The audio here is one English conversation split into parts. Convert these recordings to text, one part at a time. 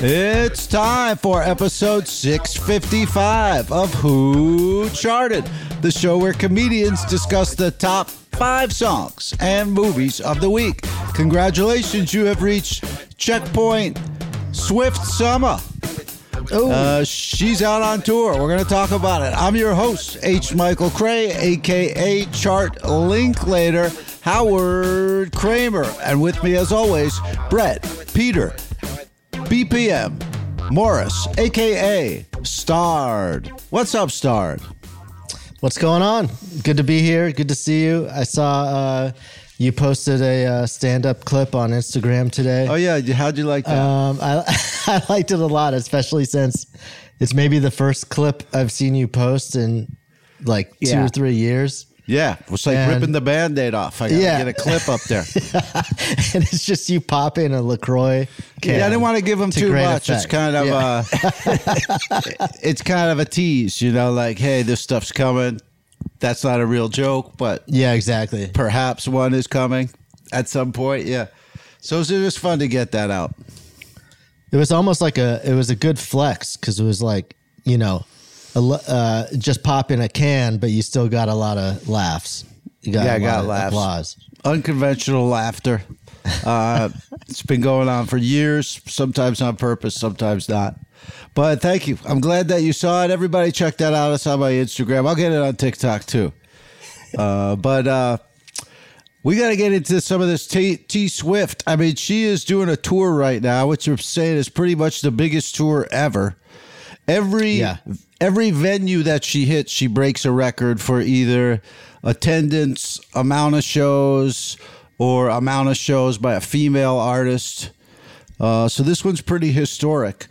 It's time for episode 655 of Who Charted, the show where comedians discuss the top five songs and movies of the week. Congratulations, you have reached checkpoint Swift Summer. Uh, she's out on tour. We're going to talk about it. I'm your host, H. Michael Cray, aka Chart Linklater, Howard Kramer, and with me, as always, Brett, Peter, BPM, Morris, aka Starred. What's up, Starred? What's going on? Good to be here. Good to see you. I saw uh, you posted a uh, stand-up clip on Instagram today. Oh yeah, how'd you like that? Um, I, I liked it a lot, especially since it's maybe the first clip I've seen you post in like two Yeah. or three years. yeah, it was like and- ripping the band-aid off. I gotta Yeah. get a clip up there. and it's just you popping a Lacroix. Can yeah, I didn't want to give them To too great much. It's effect. kind of uh, it's kind of a tease, you know, like hey, this stuff's coming. That's not a real joke, but Yeah, exactly. perhaps one is coming at some point. Yeah. So it's just fun to get that out. It was almost like a it was a good flex because it was like you know, a, l- uh, just popping a can, but you still got a lot of laughs. You got Yeah, I a lot got of laughs. applause. Unconventional laughter. Uh, it's been going on for years, sometimes on purpose, sometimes not. But thank you. I'm glad that you saw it. Everybody check that out. It's on my Instagram. I'll get it on TikTok too. Uh, but uh, we got to get into some of this T-, T Swift. I mean, she is doing a tour right now, which you're saying is pretty much the biggest tour ever. Every Yeah. every venue that she hits, she breaks a record for either attendance, amount of shows, or amount of shows by a female artist. Uh, so this one's pretty historic.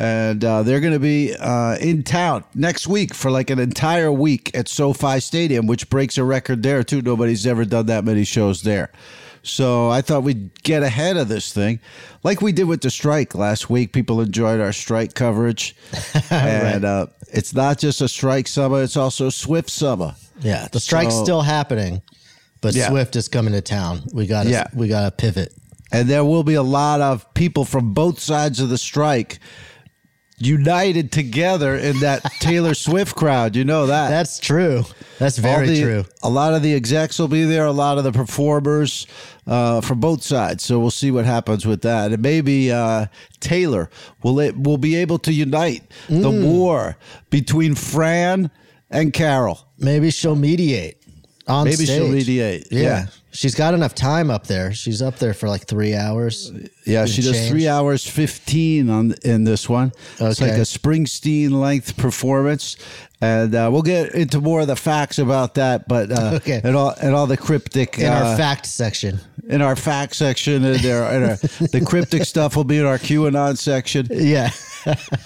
And uh, they're going to be uh, in town next week for like an entire week at SoFi Stadium, which breaks a record there, too. Nobody's ever done that many shows there. So I thought we'd get ahead of this thing. Like we did with the strike last week, people enjoyed our strike coverage. and uh, it's not just a strike summer, it's also Swift summer. Yeah, the strike's So- still happening, but Yeah. Swift is coming to town. We got to Yeah. we got to pivot. and there will be a lot of people from both sides of the strike united together in that Taylor Swift crowd. You know that. That's true. That's All very the- true. A lot of the execs will be there. A lot of the performers uh, from both sides. So we'll see what happens with that. And maybe uh, Taylor will it will be able to unite the Mm. war between Fran and Carol. Maybe she'll mediate on Maybe she'll stage. mediate. Yeah. yeah. she's got enough time up there. She's up there for like three hours. Yeah, she does change. three hours fifteen on in this one. It's like Okay. a Springsteen length performance, and uh, we'll get into more of the facts about that. But uh, Okay. and all and all the cryptic In uh, our fact section, in our fact section and there and our, the cryptic stuff will be in our QAnon section. yeah,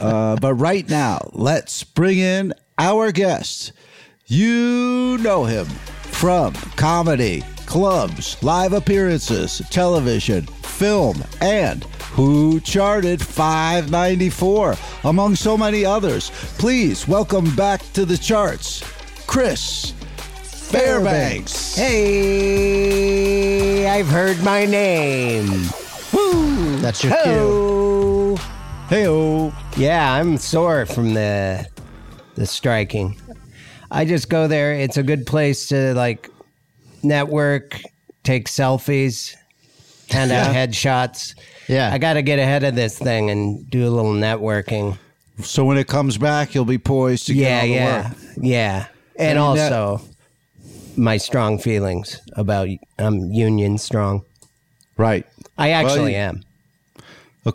Uh, but right now, let's bring in our guest. You know him from comedy, clubs, live appearances, television, film, and who charted 594, among so many others. Please welcome back to the charts, Chris Fairbanks. Hey, I've heard my name. that's your cue. Hello. Hey, Yeah, I'm sore from the the striking. I just go there. It's a good place to like network, take selfies, hand out headshots. Yeah. I got to get ahead of this thing and do a little networking. so when it comes back, you'll be poised to get Yeah, all the yeah, work. uh, yeah. and I mean, that- also my strong feelings about I'm union strong. Right. I actually you- am. Of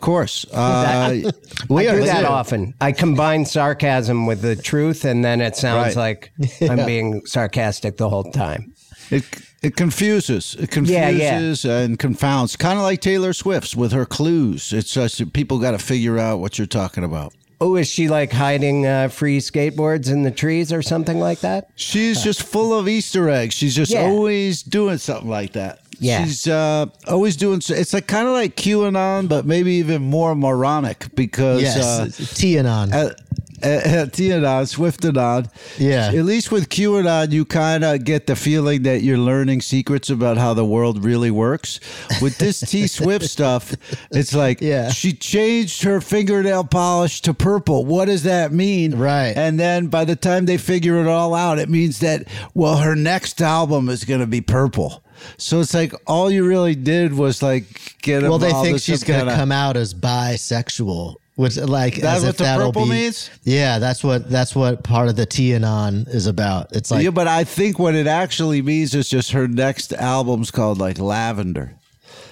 course. Uh, I do are that too. often. I combine sarcasm with the truth, and then it sounds Right. like I'm being sarcastic the whole time. it it confuses. It Yeah, yeah. confuses and confounds. Kind of like Taylor Swift's with her clues. It's just that people got to figure out what you're talking about. Oh, is she like hiding uh, free skateboards in the trees or something like that? She's just full of Easter eggs. She's just Yeah. always doing something like that. Yeah. She's uh, always doing. so- It's like kind of like QAnon, but maybe even more moronic because Yes, uh, Tianon. at, at, at TNOD, SwiftAnon. Yeah. At least with QAnon, you kind of get the feeling that you're learning secrets about how the world really works. With this T Swift stuff, it's like Yeah. she changed her fingernail polish to purple. What does that mean? Right. And then by the time they figure it all out, it means that, well, her next album is going to be purple. So it's like all you really did was like get well, they involved think with she's some going to kinda- come out as bisexual, which like That's as what if the that'll purple be, means? Yeah, that's what that's what part of the Tianon is about. It's like yeah, but I think what it actually means is just her next album's called like Lavender.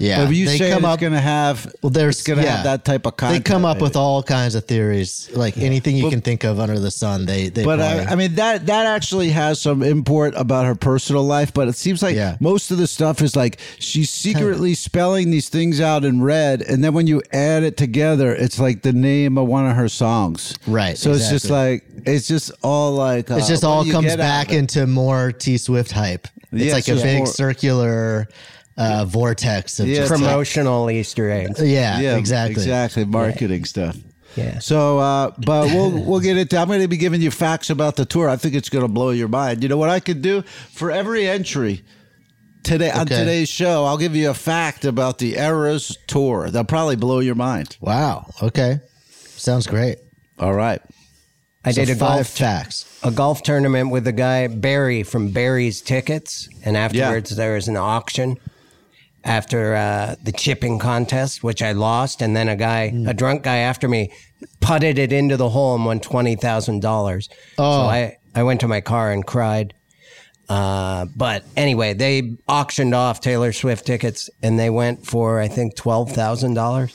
yeah, but you they say come it's up. gonna have well, there's it's gonna yeah, have that type of content. They come up maybe. with all kinds of theories, like anything you can think of under the sun. They they. But probably- I, I mean that that actually has some import about her personal life. But it seems like Yeah. most of the stuff is like she's secretly spelling these things out in red, and then when you add it together, it's like the name of one of her songs. Right, So it's just like it's just all like uh, It just what all do you comes get out of back it? into more T Swift hype. It's Yeah, like a it's big more- circular uh, vortex of Yeah, just it's like- Promotional Easter eggs. yeah, exactly. exactly marketing stuff. Yeah. So, uh, but we'll we'll get into. I'm going to be giving you facts about the tour. I think it's going to blow your mind. You know what I could do for every entry today on Okay. today's show? I'll give you a fact about the Eras tour. They'll probably blow your mind. Wow. Okay. Sounds great. All right. I So did a five golf facts. a golf tournament with a guy Barry from Barry's Tickets, and afterwards there was an auction after uh, the chipping contest, which I lost, and then a guy, a drunk guy after me, putted it into the hole and won twenty thousand dollars. so Oh. I I went to my car and cried. Uh, but anyway, they auctioned off Taylor Swift tickets, and they went for I think twelve thousand dollars.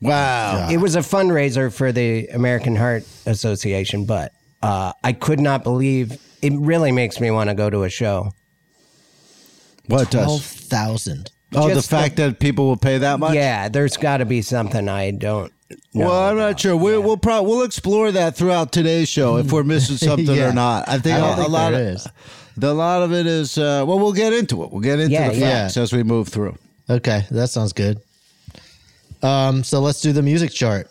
Wow. It was a fundraiser for the American Heart Association, but uh, I could not believe it really makes me want to go to a show. What Twelve does? thousand. Oh, the Just fact that people will pay that much. Yeah, there's got to be something I don't know. Well, I'm not sure. We're, We'll probably we'll explore that throughout today's show if we're missing something Yeah. or not. I think I don't a, a think lot there of is. the lot of it is. Uh, well, we'll get into it. We'll get into Yeah, the yeah. facts as we move through. Okay, that sounds good. Um, so let's do the music chart.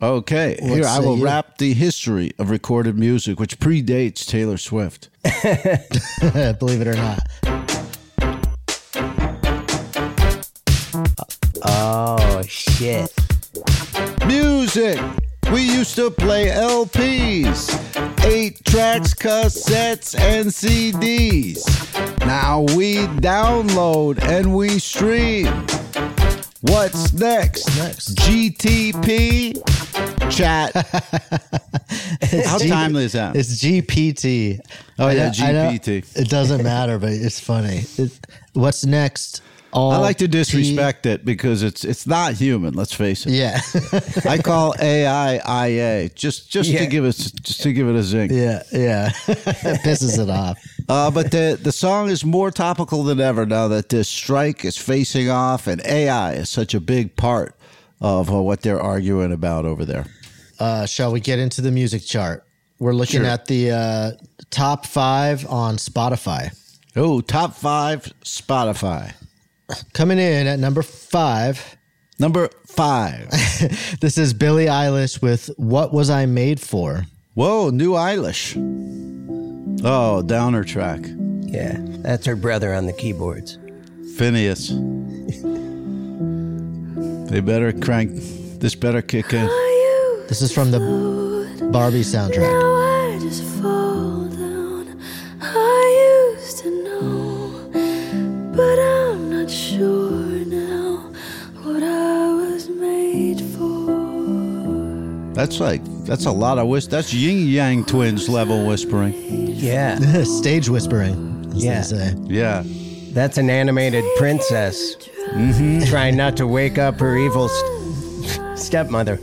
Okay, here I say will you- wrap the history of recorded music, which predates Taylor Swift. Eh, Believe it or not. Oh shit! music. We used to play LPs, eight tracks, cassettes, and CDs. Now we download and we stream. What's next? Next. GTP chat. How timely is that? It's GPT. Oh yeah, GPT. it doesn't matter, but it's funny. It, what's next? All I like to T- disrespect it because it's it's not human. Let's face it. yeah, I call AI IA just just Yeah. to give us just to give it a zing. yeah, yeah. Pisses it off. Uh, but the the song is more topical than ever now that this strike is facing off, and AI is such a big part of uh, what they're arguing about over there. Uh, shall we get into the music chart? We're looking Sure. at the uh, top five on Spotify. Oh, top five Spotify Coming in at number five, number five. this is Billie Eilish with "What Was I Made For." Whoa, new Eilish. Oh, downer track. Yeah, that's her brother on the keyboards. Phineas. They better crank. This better kick in. This is from the Barbie soundtrack. I just fall down. I used to know, but I'm not sure now what I was made for. That's like That's a lot of whis. That's yin yang twins level whispering. Yeah. Stage whispering, as Yeah. they say. Yeah. That's an animated princess Mm-hmm. trying not to wake up her evil st- stepmother.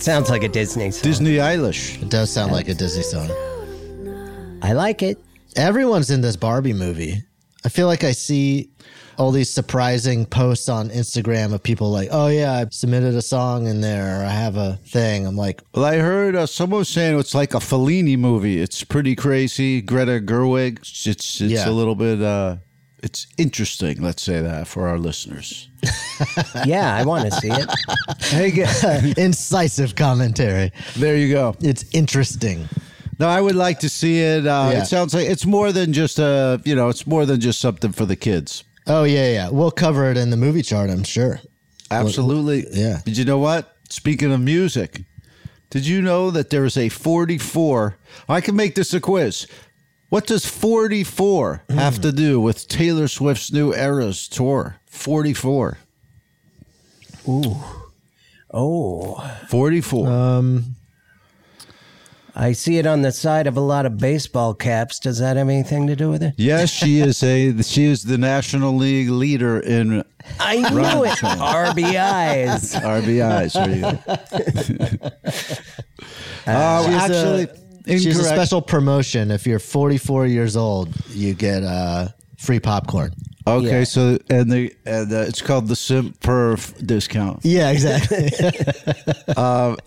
Sounds like a Disney song. Disney Eilish. It does sound like a Disney song. I like it. Everyone's in this Barbie movie. I feel like I see all these surprising posts on Instagram of people like, oh, yeah, I submitted a song in there or I have a thing. I'm like, Well, I heard uh, someone was saying it's like a Fellini movie. It's pretty crazy. Greta Gerwig. It's it's, it's Yeah. a little bit. Uh, it's interesting. Let's say that for our listeners. Yeah, I want to see it. Hey, g- incisive commentary. there you go. It's interesting. No, I would like to see it. Uh, Yeah. It sounds like it's more than just a. You know, it's more than just something for the kids. Oh, yeah, yeah. We'll cover it in the movie chart, I'm sure. Absolutely. yeah. Did you know what? Speaking of music, did you know that there is a 44? I can make this a quiz. What does 44 Hmm. have to do with Taylor Swift's new Eras tour? 44. Oh, 44. Uh. I see it on the side of a lot of baseball caps. Does that have anything to do with it? yes, she is a she is the National League leader in I knew it. RBIs. RBIs. There you go. Uh, She's a- actually, She's a incorrect. special promotion. If you're 44 years old, you get uh, free popcorn. Okay, Yeah. so and the and uh, it's called the simp perf discount. Yeah, exactly.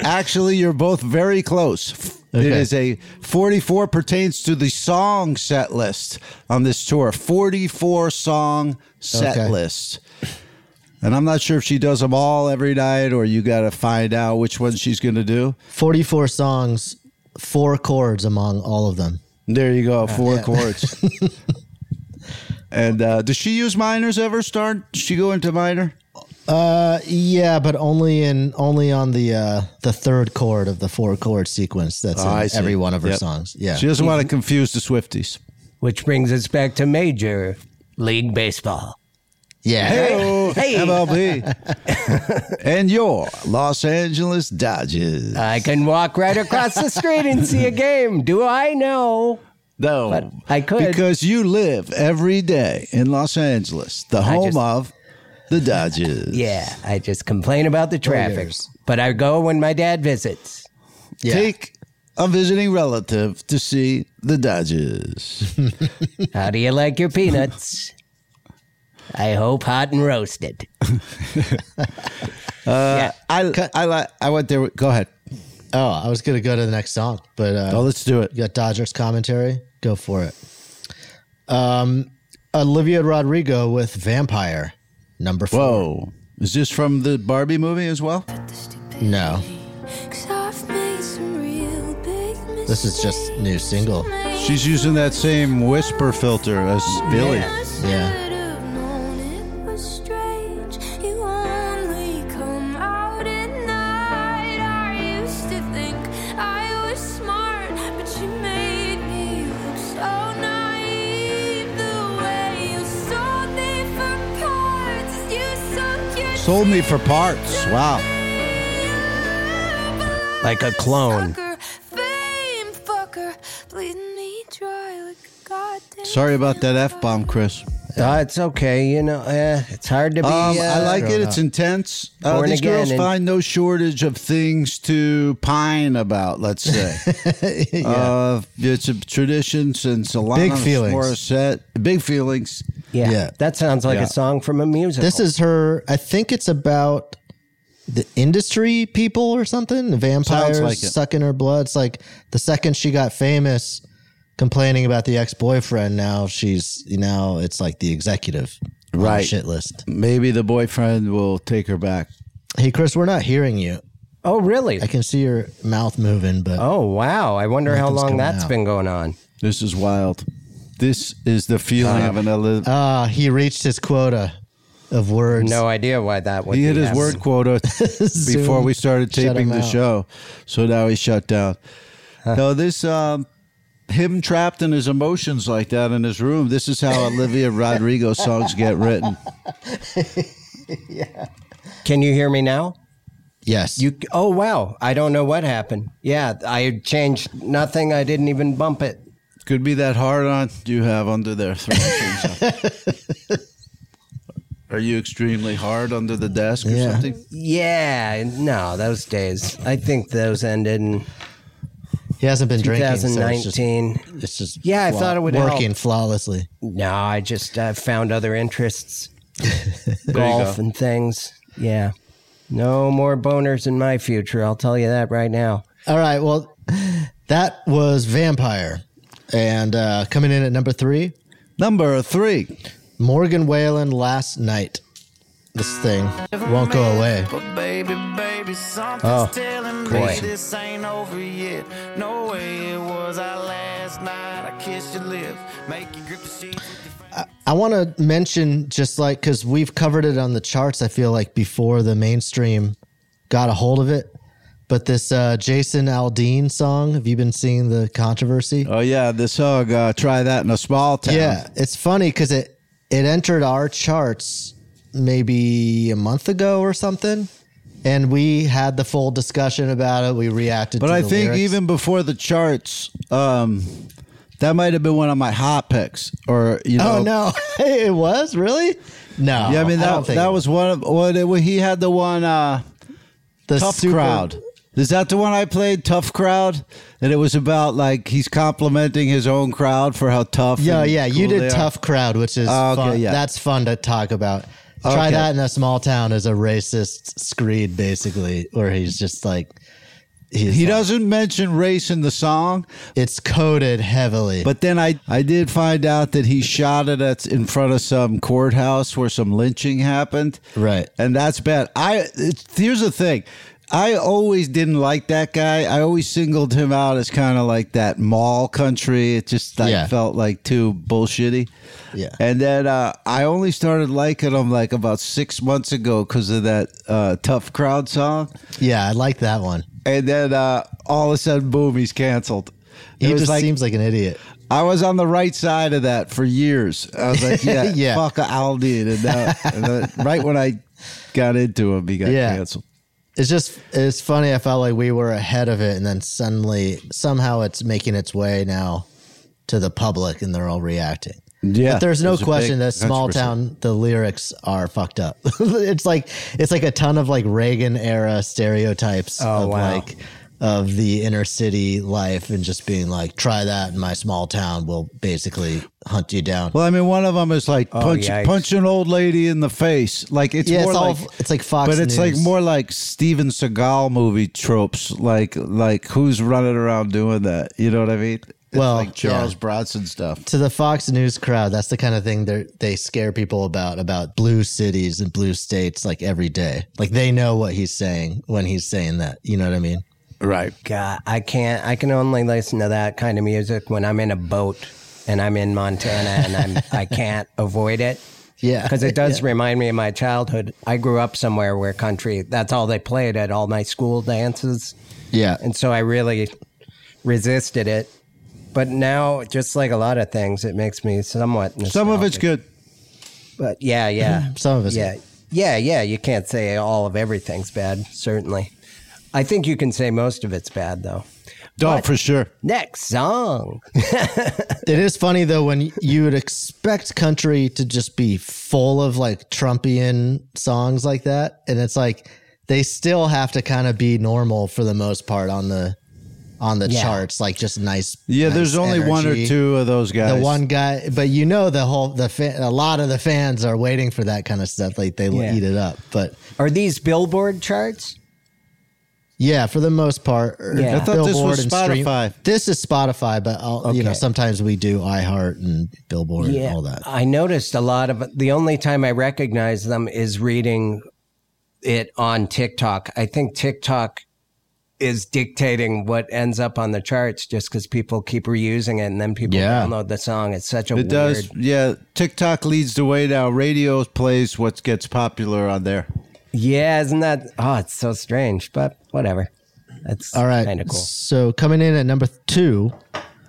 Actually, you're both very close. It Okay. is a 44 pertains to the song set list on this tour. 44 song set Okay. list. And I'm not sure if she does them all every night or you got to find out which one she's going to do. 44 songs, four chords among all of them. There you Uh, go, four chords. and uh, does she use minors ever, Star? Does she go into minor? Yeah, but only in only on the uh the third chord of the four chord sequence that's Oh, I in see. every one of her Yep. songs. Yeah. Mm-hmm. She doesn't want to confuse the Swifties. Which brings us back to Major League Baseball. yeah. Oh, Hello, MLB. and your Los Angeles Dodgers. I can walk right across the street and see a game. Do I know? no, but I could. Because you live every day in Los Angeles, the home just- of the Dodgers. Yeah, I just complain about the traffic. Warriors. But I go when my dad visits. Yeah. Take a visiting relative to see the Dodgers. How do you like your peanuts? I hope hot and roasted. Uh, yeah. I, I, li- I went there. With, go ahead. Oh, I was gonna go to the next song, but uh Oh, let's do it. you got Dodgers commentary? Go for it. Um Olivia Rodrigo with Vampire, number four. Whoa. Is this from the Barbie movie as well? No. This This is just new single. She's using that same whisper filter as Billy. Sold me for parts. Wow. Like a clone. Fame fucker, bleeding me dry like a goddamn. Sorry about that F bomb, Chris. Oh, it's okay. You know, uh, it's hard to be. Um, uh, I like it. It's intense. Uh, Born these again girls and- find no shortage of things to pine about. Let's say uh, it's a tradition since Alanis Big feelings. Morissette. Big feelings. Yeah, yeah. That sounds like Yeah. a song from a musical. This is her I think it's about the industry people or something. Vampires like it. sucking her blood. It's like the second she got famous complaining about the ex boyfriend, now she's you know, it's like the executive on the Right. shit list. Maybe the boyfriend will take her back. Hey Chris, we're not hearing you. Oh, really? I can see your mouth moving, but Oh, wow. I wonder how long coming that's out. been going on. This is wild. This is the feeling of an. Ele- ah, he reached his quota of words. No idea why that would he hit be his word happening. quota before Zoom we started shut taping the him out. show, so now he's shut down. No, this um, him trapped in his emotions like that in his room. This is how Olivia Rodrigo songs get written. Can you hear me now? Yes. You oh wow, I don't know what happened. Yeah, I changed nothing. I didn't even bump it. Could be that hard on you have under there. Throwing things up. Are you extremely hard under the desk or Yeah. something? Yeah, no, those days. I think those ended in he hasn't been drinking. so it's just- 2019. it's just Yeah, I thought it would working help. flawlessly. No, I just uh, found other interests, you golf go. and things. Yeah, no more boners in my future. I'll tell you that right now. All right. Well, that was Vampire. And uh, coming in at number three, Number three. Morgan Whalen last night. This thing won't go away. But baby, baby, something's Oh, telling boy. me this ain't over yet. No way it was I last night. I kissed your lips, make you grip the sheets. with your I want to mention just like because we've covered it on the charts. I feel like before the mainstream got a hold of it, but this uh, Jason Aldean song. Have you been seeing the controversy? Oh yeah, this hug. Uh, try that in a small town. Yeah, it's funny because it it entered our charts maybe a month ago or something, and we had the full discussion about it. We reacted, But to I the think lyrics. even before the charts, um, that might have been one of my hot picks, or you know. oh no, it was really no. Yeah, I mean don't that think that it was one of what it, he had the one uh, the tough super- crowd. Is that the one I played? Tough crowd, and it was about like he's complimenting his own crowd for how tough. Yeah, and yeah, cool you they did are. tough crowd, which is Oh, okay, fun. yeah. that's fun to talk about. Try Okay. that in a small town is a racist screed, basically, where he's just like he's He like- doesn't mention race in the song, It's coded heavily, But then I, I did find out that he shot it at in front of some courthouse where some lynching happened. Right. And that's bad. I it's, here's the thing. I always didn't like that guy. I always singled him out as kind of like that mall country. It just like Yeah. felt like too bullshitty. Yeah. And then uh, I only started liking him like about six months ago because of that uh, tough crowd song. yeah, I like that one. And then uh, all of a sudden, boom, he's canceled. It He was just like- seems like an idiot. I was on the right side of that for years. I was like, yeah, Yeah. fuck Aldi. And, now, and then right when I got into him, he got Yeah. canceled. It's just it's funny. I felt like we were ahead of it, and then suddenly somehow it's making its way now to the public, and they're all reacting. Yeah. but there's no There's a question big that small 100%. town the lyrics are fucked up. it's like it's like a ton of like Reagan era stereotypes Oh, of wow. like of the inner city life and just being like try that in my small town will basically hunt you down. Well, I mean, one of them is like punch, yikes. punch an old lady in the face. Like it's yeah, more it's all like, it's like Fox, but it's like News. more like Steven Seagal movie tropes. Like, like who's running around doing that? You know what I mean? It's Well, like Charles yeah. Bronson stuff. to the Fox News crowd, that's the kind of thing they they scare people about about blue cities and blue states like every day. Like they know what he's saying when he's saying that. You know what I mean? Right. God, I can't. I can only listen to that kind of music when I'm in a boat and I'm in Montana and I'm I can't avoid it Yeah. because it does remind me of my childhood. I grew up somewhere where country that's all they played at all my school dances, Yeah. and so I really resisted it. But now, just like a lot of things, it makes me somewhat. Some of it's nostalgic. good. But yeah, yeah. Some of it's yeah. Yeah, yeah. You can't say all of everything's bad, certainly. I think you can say most of it's bad, though. Oh, for sure. Next song. It is funny though when you would expect country to just be full of like Trumpian songs like that, and it's like they still have to kind of be normal for the most part on the on the Yeah. charts, like just nice. Yeah, there's nice only one or energy. two of those guys. the one guy but you know the whole the fa- a lot of the fans are waiting for that kind of stuff like they will Yeah. eat it up but Are these Billboard charts? yeah for the most part or Yeah. I thought this was and stream- Spotify. this is spotify but I'll, you know Okay. sometimes we do iheart and billboard and all that I noticed a lot of the only time I recognize them is reading it on TikTok. I think TikTok is dictating what ends up on the charts just because people keep reusing it and then people Yeah. download the song. It's such a It weird. does. Yeah. TikTok leads the way now. Radio plays what gets popular on there. Yeah, isn't that? Oh, it's so strange, but whatever. That's all right Kind of cool. so coming in at number two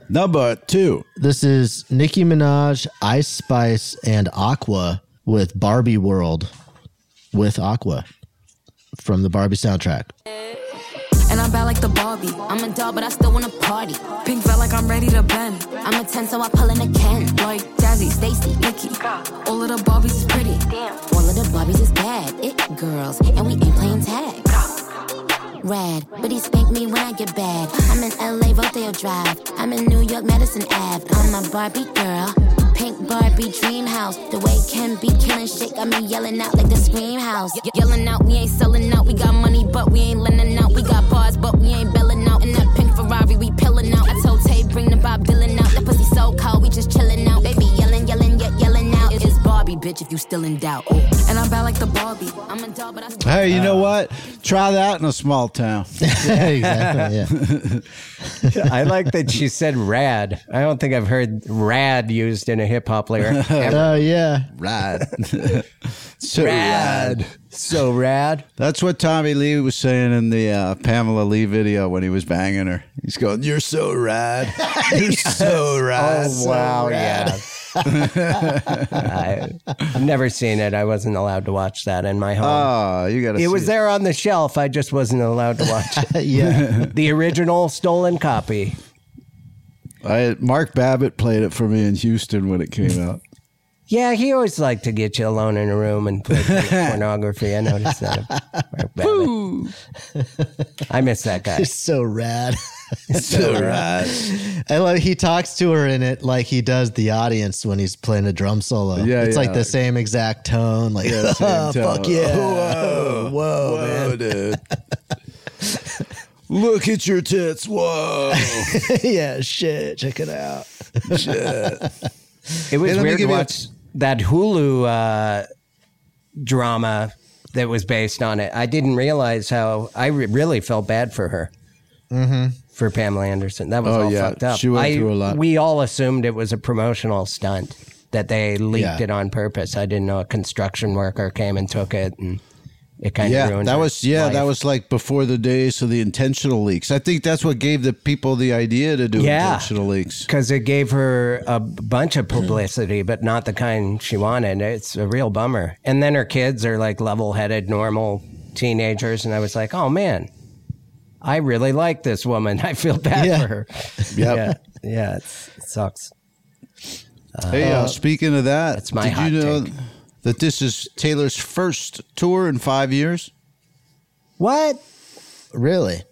Number two. this is nicki minaj ice spice and aqua with barbie world with aqua from the Barbie soundtrack. And I'm bad like the Barbie. I'm a doll, but I still wanna party. Pink felt like I'm ready to bend. I'm a 10, so I pull in a can. Like Jazzy, Stacy, Nikki. All of the Barbies is pretty. All of the Barbies is bad. It girls, and we ain't playing tag. Rad, but he spank me when I get bad. I'm in LA, Rodeo Drive. I'm in New York, Madison Ave. I'm a Barbie girl. Pink Barbie dream house. The way Ken be killing shit got me yelling out like the scream house. Ye- yelling out, we ain't selling out. We got money, but we ain't lending out. We got bars, but we ain't belling out. In that pink Ferrari, we pillin' out. I told Tay, bring the Bob Dylan out. That pussy so cold, we just chillin' out. They be yelling, yelling, yet yelling out. It's Barbie, bitch, if you still in doubt. Oh. And I'm bad like the Barbie. I'm a doll, but I still. Hey, you know Uh, what? Try that in a small town. exactly. Yeah. I like that she said rad. I don't think I've heard rad used in a hip hop lyric. ever. Oh yeah. Rad. so rad. So rad. That's what Tommy Lee was saying in the uh, Pamela Lee video when he was banging her. He's going, "You're so rad. You're so rad." Oh, wow. Yeah. I, I've never seen it. I wasn't allowed to watch that in my home. Oh, you got to. it was there on the shelf. I just wasn't allowed to watch it. Yeah. the original stolen copy. I, Mark Babbitt played it for me in Houston when it came out. Yeah, he always liked to get you alone in a room and play pornography. I noticed that. Mark Babbitt. I miss that guy. It's so rad. so rad. I love he talks to her in it like he does the audience when he's playing a drum solo. Yeah, it's like yeah. the same exact tone. Like, "Oh, Yeah, same fuck tone. yeah, Whoa, whoa, Whoa, dude. Look at your tits. Whoa. man. yeah, shit, check it out. It was Hey, let me weird to give you a- watch that Hulu uh, drama that was based on it. I didn't realize how I re- really felt bad for her. For Pamela Anderson, that was Mm-hmm. Oh, all yeah. fucked up. She went I- through a lot. We all assumed it was a promotional stunt that they leaked Yeah. it on purpose. I didn't know a construction worker came and took it, and it kind of yeah, ruined. that her was yeah, that life. was like before the days of the intentional leaks. I think that's what gave the people the idea to do Yeah. intentional leaks. because it gave her a bunch Mm-hmm. of publicity, but not the kind she wanted. It's a real bummer. And then her kids are like level headed, normal teenagers. And I was like, oh man, I really like this woman. I feel bad Yeah. for her. Yeah. Yeah. It's, it sucks. Hey, uh, speaking of that, That's my did hot you know take. that this is Taylor's first tour in five years? What? Really?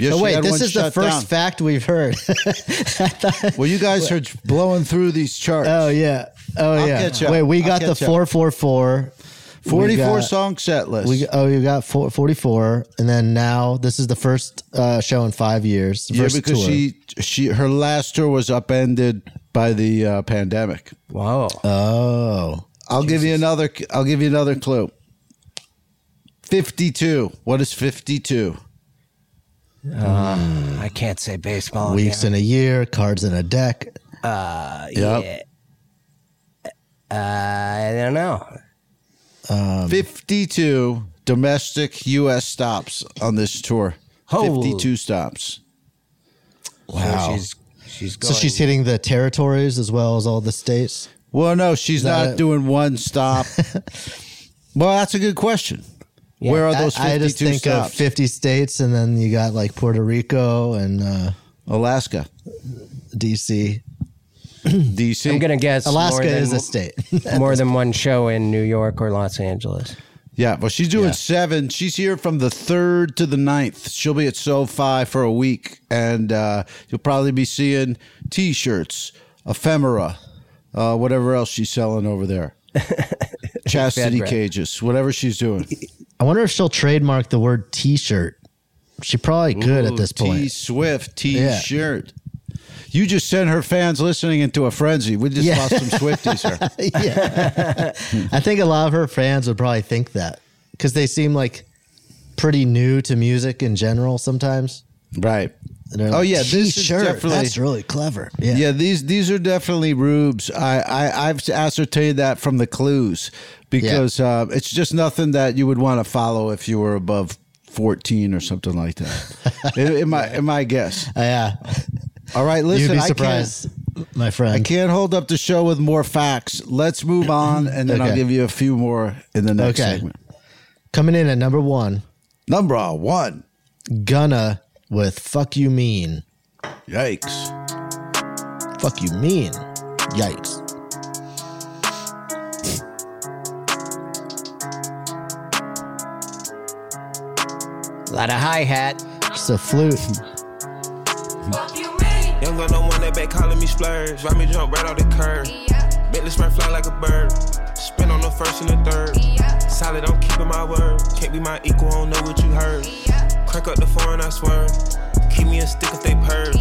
Yes, So she Oh, wait, had this one is the shut first down. fact we've heard. well, you guys are blowing through these charts. oh yeah, oh I'll yeah. catch up. Wait, we I'll got the catch up. four four four. 44 got- song set list. We oh, you got four, 44, and then now this is the first uh, show in five years. the yeah, first because tour. she she her last tour was upended by the uh, pandemic. Whoa. Oh, I'll give you another. I'll give you another clue. Fifty-two. What is fifty-two? I can't say Oh, baseball. weeks again. in a year, cards in a deck. Yep. Uh, I don't know. Um, Fifty-two domestic U.S. stops on this tour. Holy- Fifty-two stops. Wow. So she's, she's So going. she's hitting the territories as well as all the states. Well, no, she's that not it? doing one stop. well, that's a good question. Where are I- those fifty-two I, just think stops? of 50 states, and then you got like Puerto Rico and uh, Alaska, DC. D.C. I'm going to guess Alaska more than, is a state. more than one show in New York or Los Angeles. Yeah, well, she's doing seven. She's here from the third to the ninth. She'll be at SoFi for a week, and uh, you'll probably be seeing T-shirts, ephemera, uh, whatever else she's selling over there, chastity Ephedra. cages, whatever she's doing. I wonder if she'll trademark the word t shirt. She probably could at this T point. Swift T-shirt. You just sent her fans listening into a frenzy. We just Yeah. lost some Swifties here. yeah. I think a lot of her fans would probably think that because they seem like pretty new to music in general sometimes. Right. And they're Oh, like, yeah, this is "T-shirt, definitely- That's really clever. Yeah. Yeah, these these are definitely rubes. I, I I've ascertained that from the clues because uh, it's just nothing that you would want to follow if you were above fourteen or something like that. in, in my in my guess. Yeah. All right, listen, You'd be I surprised, my friend. can't I can't hold up the show with more facts. Let's move on, and then I'll Okay. give you a few more in the next Okay. segment. Coming in at number one, Number one. Gunna with Fuck You Mean. Yikes. Fuck You Mean. Yikes. A lot of hi hat. It's a flute. Young gun don't want that back calling me splurge. Ride me jump right off the curb. Bentley spray fly like a bird. Spin on the first and the third. Solid, I'm keeping my word. Can't be my equal, I don't know what you heard. Crack up the foreign, I swear. Keep me a stick if they purge.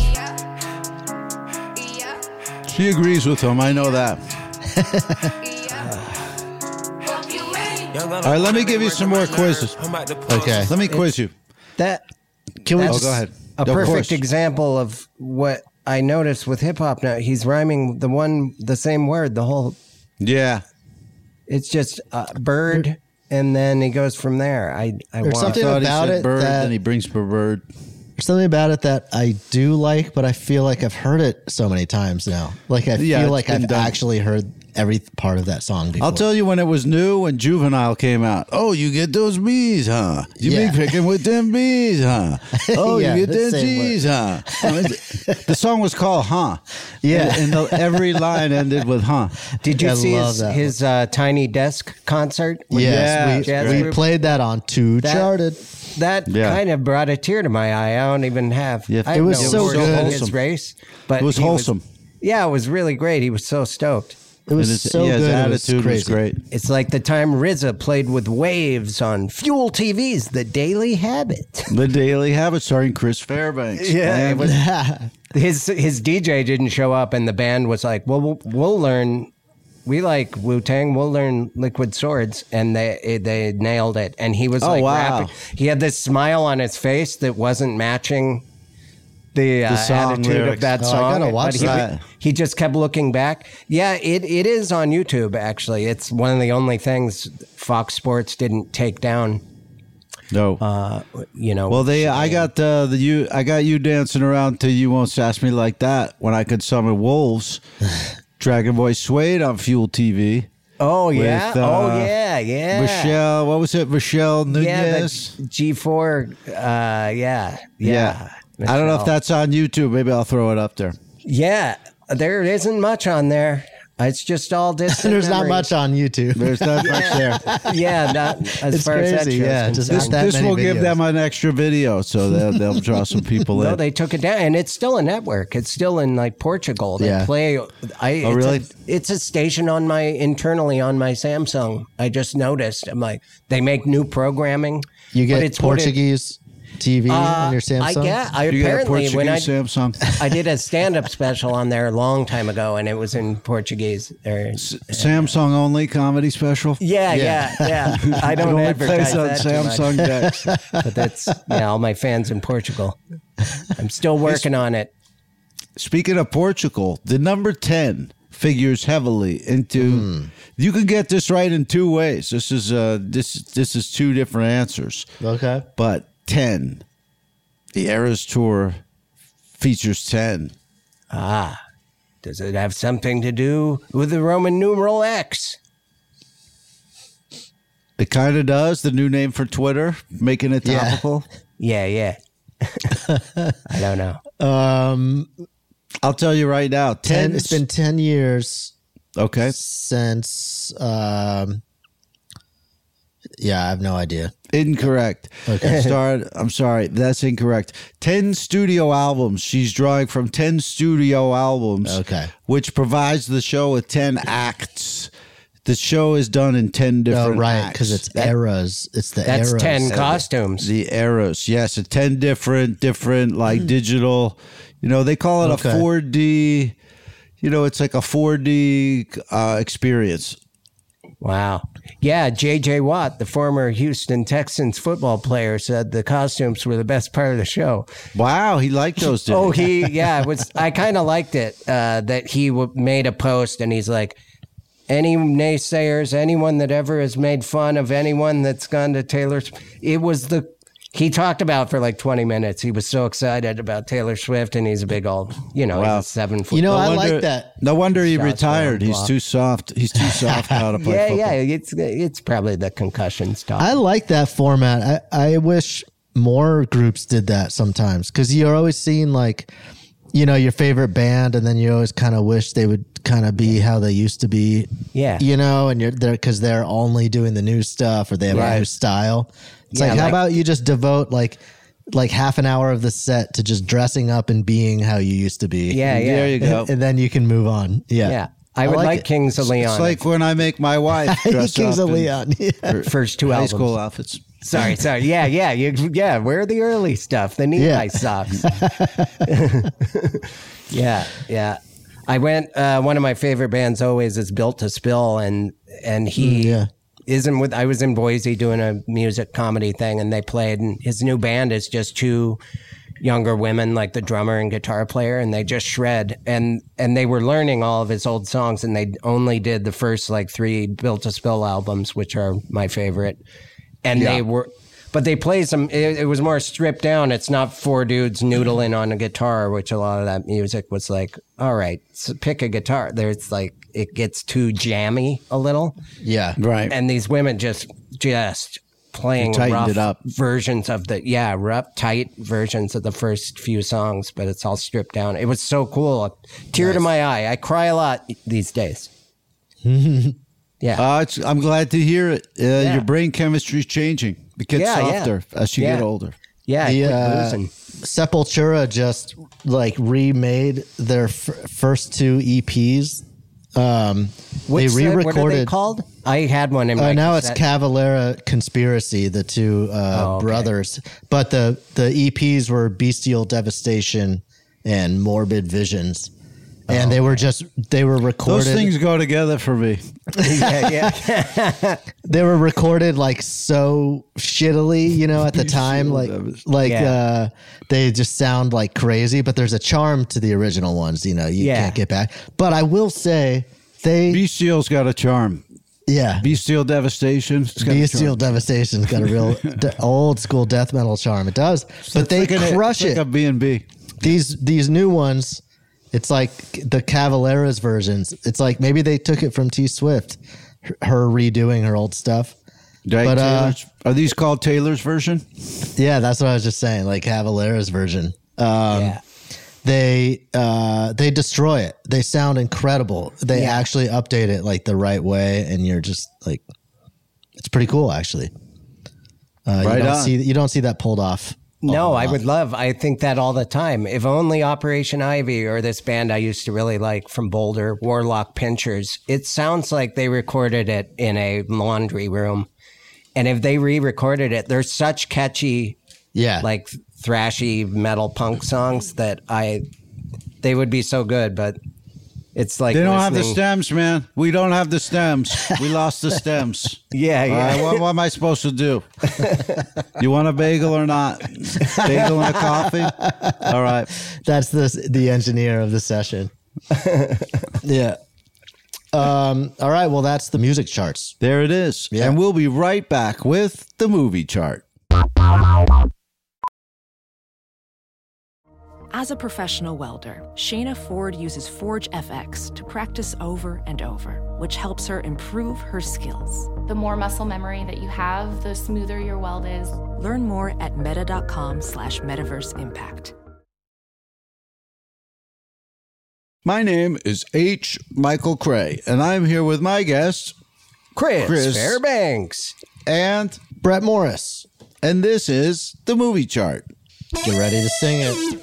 She agrees with him. I know that. Young gun All right, let me give you some more quizzes. I'm about to pull Okay. Let me quiz you. That Can we That's just- Oh, go ahead. A Of course. perfect example of what I noticed with hip hop now. He's rhyming the one, the same word, the whole. Yeah. It's just uh, bird, and then he goes from there. I, I There's want something Thought he about said it bird, that- then he brings a bird. There's something about it that I do like, but I feel like I've heard it so many times now. Like I Yeah, feel it's like been I've done. actually heard every part of that song before. I'll tell you when it was new when Juvenile came out. Oh, you get those bees, huh? You Yeah. be picking with them bees, huh? Oh, Yeah, you get the them same cheese, huh? Oh, it's- the song was called "Huh." Yeah. and, and the- every line ended with "Huh." Did you I see love his, that his uh, tiny desk concert? When Yes, jazz we, we group- played that on Two That- Charted. That Yeah. kind of brought a tear to my eye. I don't even have. Yeah, I it have was no so words for good. His Wholesome. race, but It was he wholesome. yeah, it was really great. He was so stoked. It was And his- so yeah, his good. attitude was, it was, crazy. great. It's like the time RZA played with Waves on Fuel TV's The Daily Habit. The Daily Habit, starring Chris Fairbanks. Yeah, And- it was- his his DJ didn't show up, and the band was like, "Well, we'll, we'll learn. We like Wu Tang. We'll learn Liquid Swords," and they eh, they nailed it. And he was Oh, like, wow. rapping. He had this smile on his face that wasn't matching the, uh, song attitude lyrics. of that Oh, I song. gotta but watch he, that. He just kept looking back. Yeah, it it is on YouTube. Actually, it's one of the only things Fox Sports didn't take down. no. You know. well, they. I got uh, the you. I got you dancing around till you won't sass me like that. When I could summon wolves, Dragon Boy Suede on Fuel TV. oh yeah. with, uh, oh yeah. Yeah. Michelle, what was it? Michelle Yeah, Nunez. the G four. Uh, yeah, yeah. I don't know if Michelle. that's on YouTube. Maybe I'll throw it up there. Yeah, there isn't much on there. It's just all distant. There's not memories. much on YouTube. There's not much there. yeah, not as It's far as that crazy, show's yeah, just concerned. that this many will give videos. them an extra video, so they'll, they'll draw some people No, in. they took it down, and it's still a network. It's still in like Portugal. They Yeah. play. I, it's really? A, it's a station on my internally on my Samsung. I just noticed. I'm like, they make new programming. You but get it's what it- Portuguese TV Uh, on your Samsung. I get. I you got a apparently Portuguese when I Samsung. I did a stand-up special on there a long time ago, and it was in Portuguese. Or, Samsung only comedy special. yeah, yeah, yeah. I It don't only advertise plays on that too much, Samsung decks. but that's yeah. All my fans in Portugal. I'm still working on it. Speaking of Portugal, the number 10 figures heavily into Hmm. you can get this right in two ways. This is uh this this is two different answers. okay. But 10 the Eras Tour features 10. Does it have something to do with the Roman numeral X? It kind of does. The new name for Twitter, making it Yeah. topical. Yeah, yeah. I don't know. Um, I'll tell you right now. 10 and it's been ten years okay. since. Um, yeah, I have no idea. Incorrect. Okay. Start, I'm sorry. That's incorrect. 10 studio albums. She's drawing from 10 studio albums. Okay. Which provides the show with 10 acts. The show is done in 10 Oh, different right, because acts. it's eras. It's the That's eras. ten costumes. the eras. Yes, a 10 different different like Mm. digital. You know, they call it Okay. a 4D you know, it's like a 4D uh, experience. Wow. Yeah, J.J. Watt, the former Houston Texans football player, said the costumes were the best part of the show. Wow, he liked those. Didn't Oh, he? he yeah, it was I kind of liked it uh, that he w- made a post and he's like, any naysayers, anyone that ever has made fun of anyone that's gone to Taylor's, it was the He talked about for like 20 minutes. He was so excited about Taylor Swift, and he's a big old, you know, Wow. he's a seven foot. You know, I wonder- like that. No wonder he Shots were retired. He's blocked. too soft. He's too soft now to play yeah, football. yeah. It's it's probably the concussion stuff. I like that format. I, I wish more groups did that sometimes because you're always seeing like, you know, your favorite band, and then you always kind of wish they would kind of be how they used to be. Yeah. You know, and you're there because they're only doing the new stuff or they have a new Right. style. It's Yeah, like, how like- about you just devote like, like half an hour of the set to just dressing up and being how you used to be. yeah, yeah. There you go. And then you can move on. Yeah. yeah. I I would like like, it. Kings of Leon. It's like when I make my wife dress Kings up in of Leon. Yeah. first two high albums. school outfits. Sorry, sorry. Yeah, yeah, you, yeah. Wear the early stuff, the knee Yeah. high socks. yeah, yeah. I went. Uh, one of my favorite bands always is Built to Spill, and and he Mm, yeah. isn't with. I was in Boise doing a music comedy thing, and they played. And his new band is just two younger women, like the drummer and guitar player, and they just shred. and And they were learning all of his old songs, and they only did the first like three Built to Spill albums, which are my favorite and they were but they play some it, it was more stripped down it's not four dudes noodling on a guitar which a lot of that music was like all right so pick a guitar there's like it gets too jammy a little Yeah. Right. and these women just just playing You tightened rough it up. versions of the yeah rough tight versions of the first few songs but it's all stripped down it was so cool tear to my eye i cry a lot these days yeah Uh, it's, I'm glad to hear it. Uh, Your brain chemistry's changing. It gets Yeah, yeah. softer as you get Yeah. older. yeah the, quit uh, losing. Sepultura just like remade their f- first two EPs. Um, Which, uh, they re-recorded. What are they called? Oh, I had one in my. Uh, now it's cassette. Cavalera Conspiracy, the two uh, Oh, okay. brothers. But the the EPs were Bestial Devastation and Morbid Visions, and Oh, they were just they were recorded. Those things go together for me. yeah, yeah, yeah. they were recorded like so shittily, you know, at the time. Like, like Yeah. uh, they just sound like crazy, but there's a charm to the original ones, you know, you Yeah. can't get back. But I will say, they, Bestial's got a charm. yeah, Bestial devastation. It's got a Bestial charm. Devastation's got a real de- old school death metal charm. It does, but they It's like an- crush it's it. Like a B&B. these these new ones, it's like the Cavalera's versions. It's like maybe they took it from T Swift, her- her redoing her old stuff. Right, But, uh, Taylor's- are these called Taylor's version? Yeah, that's what I was just saying. Like Cavalera's version. Um, Yeah. They uh, they destroy it. They sound incredible. They Yeah. actually update it like the right way, and you're just like, it's pretty cool actually. Uh, Right you don't on. see you don't see that pulled off. No, I would love. I think that all the time. If only Operation Ivy or this band I used to really like from Boulder, Warlock Pinchers. It sounds like they recorded it in a laundry room, and if they re-recorded it, they're such catchy, Yeah, like thrashy metal punk songs that I, they would be so good. But it's like They don't have the listening- stems, man. We don't have the stems. We lost the stems. Yeah, All yeah. right, what, what am I supposed to do? you want a bagel or not? Bagel and a coffee? All right. that's the the engineer of the session. yeah. Um, all right. Well, that's the music charts. There it is. Yeah. And we'll be right back with the movie chart. As a professional welder, Shayna Ford uses Forge FX to practice over and over, which helps her improve her skills. The more muscle memory that you have, the smoother your weld is. Learn more at meta.com slash metaverse impact. My name is H. Michael Cray, and I'm here with my guest Chris, Chris. Fairbanks. and Brett Morris, and this is the movie chart. get ready to sing it.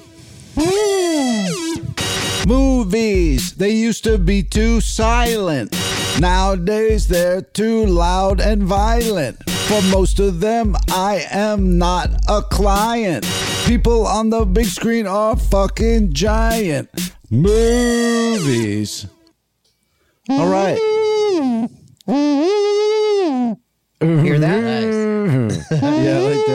Hmm. Movies. They used to be too silent. Nowadays, they're too loud and violent. For most of them, I am not a client. People on the big screen are fucking giant. Movies. All right. Hear that? Yeah, like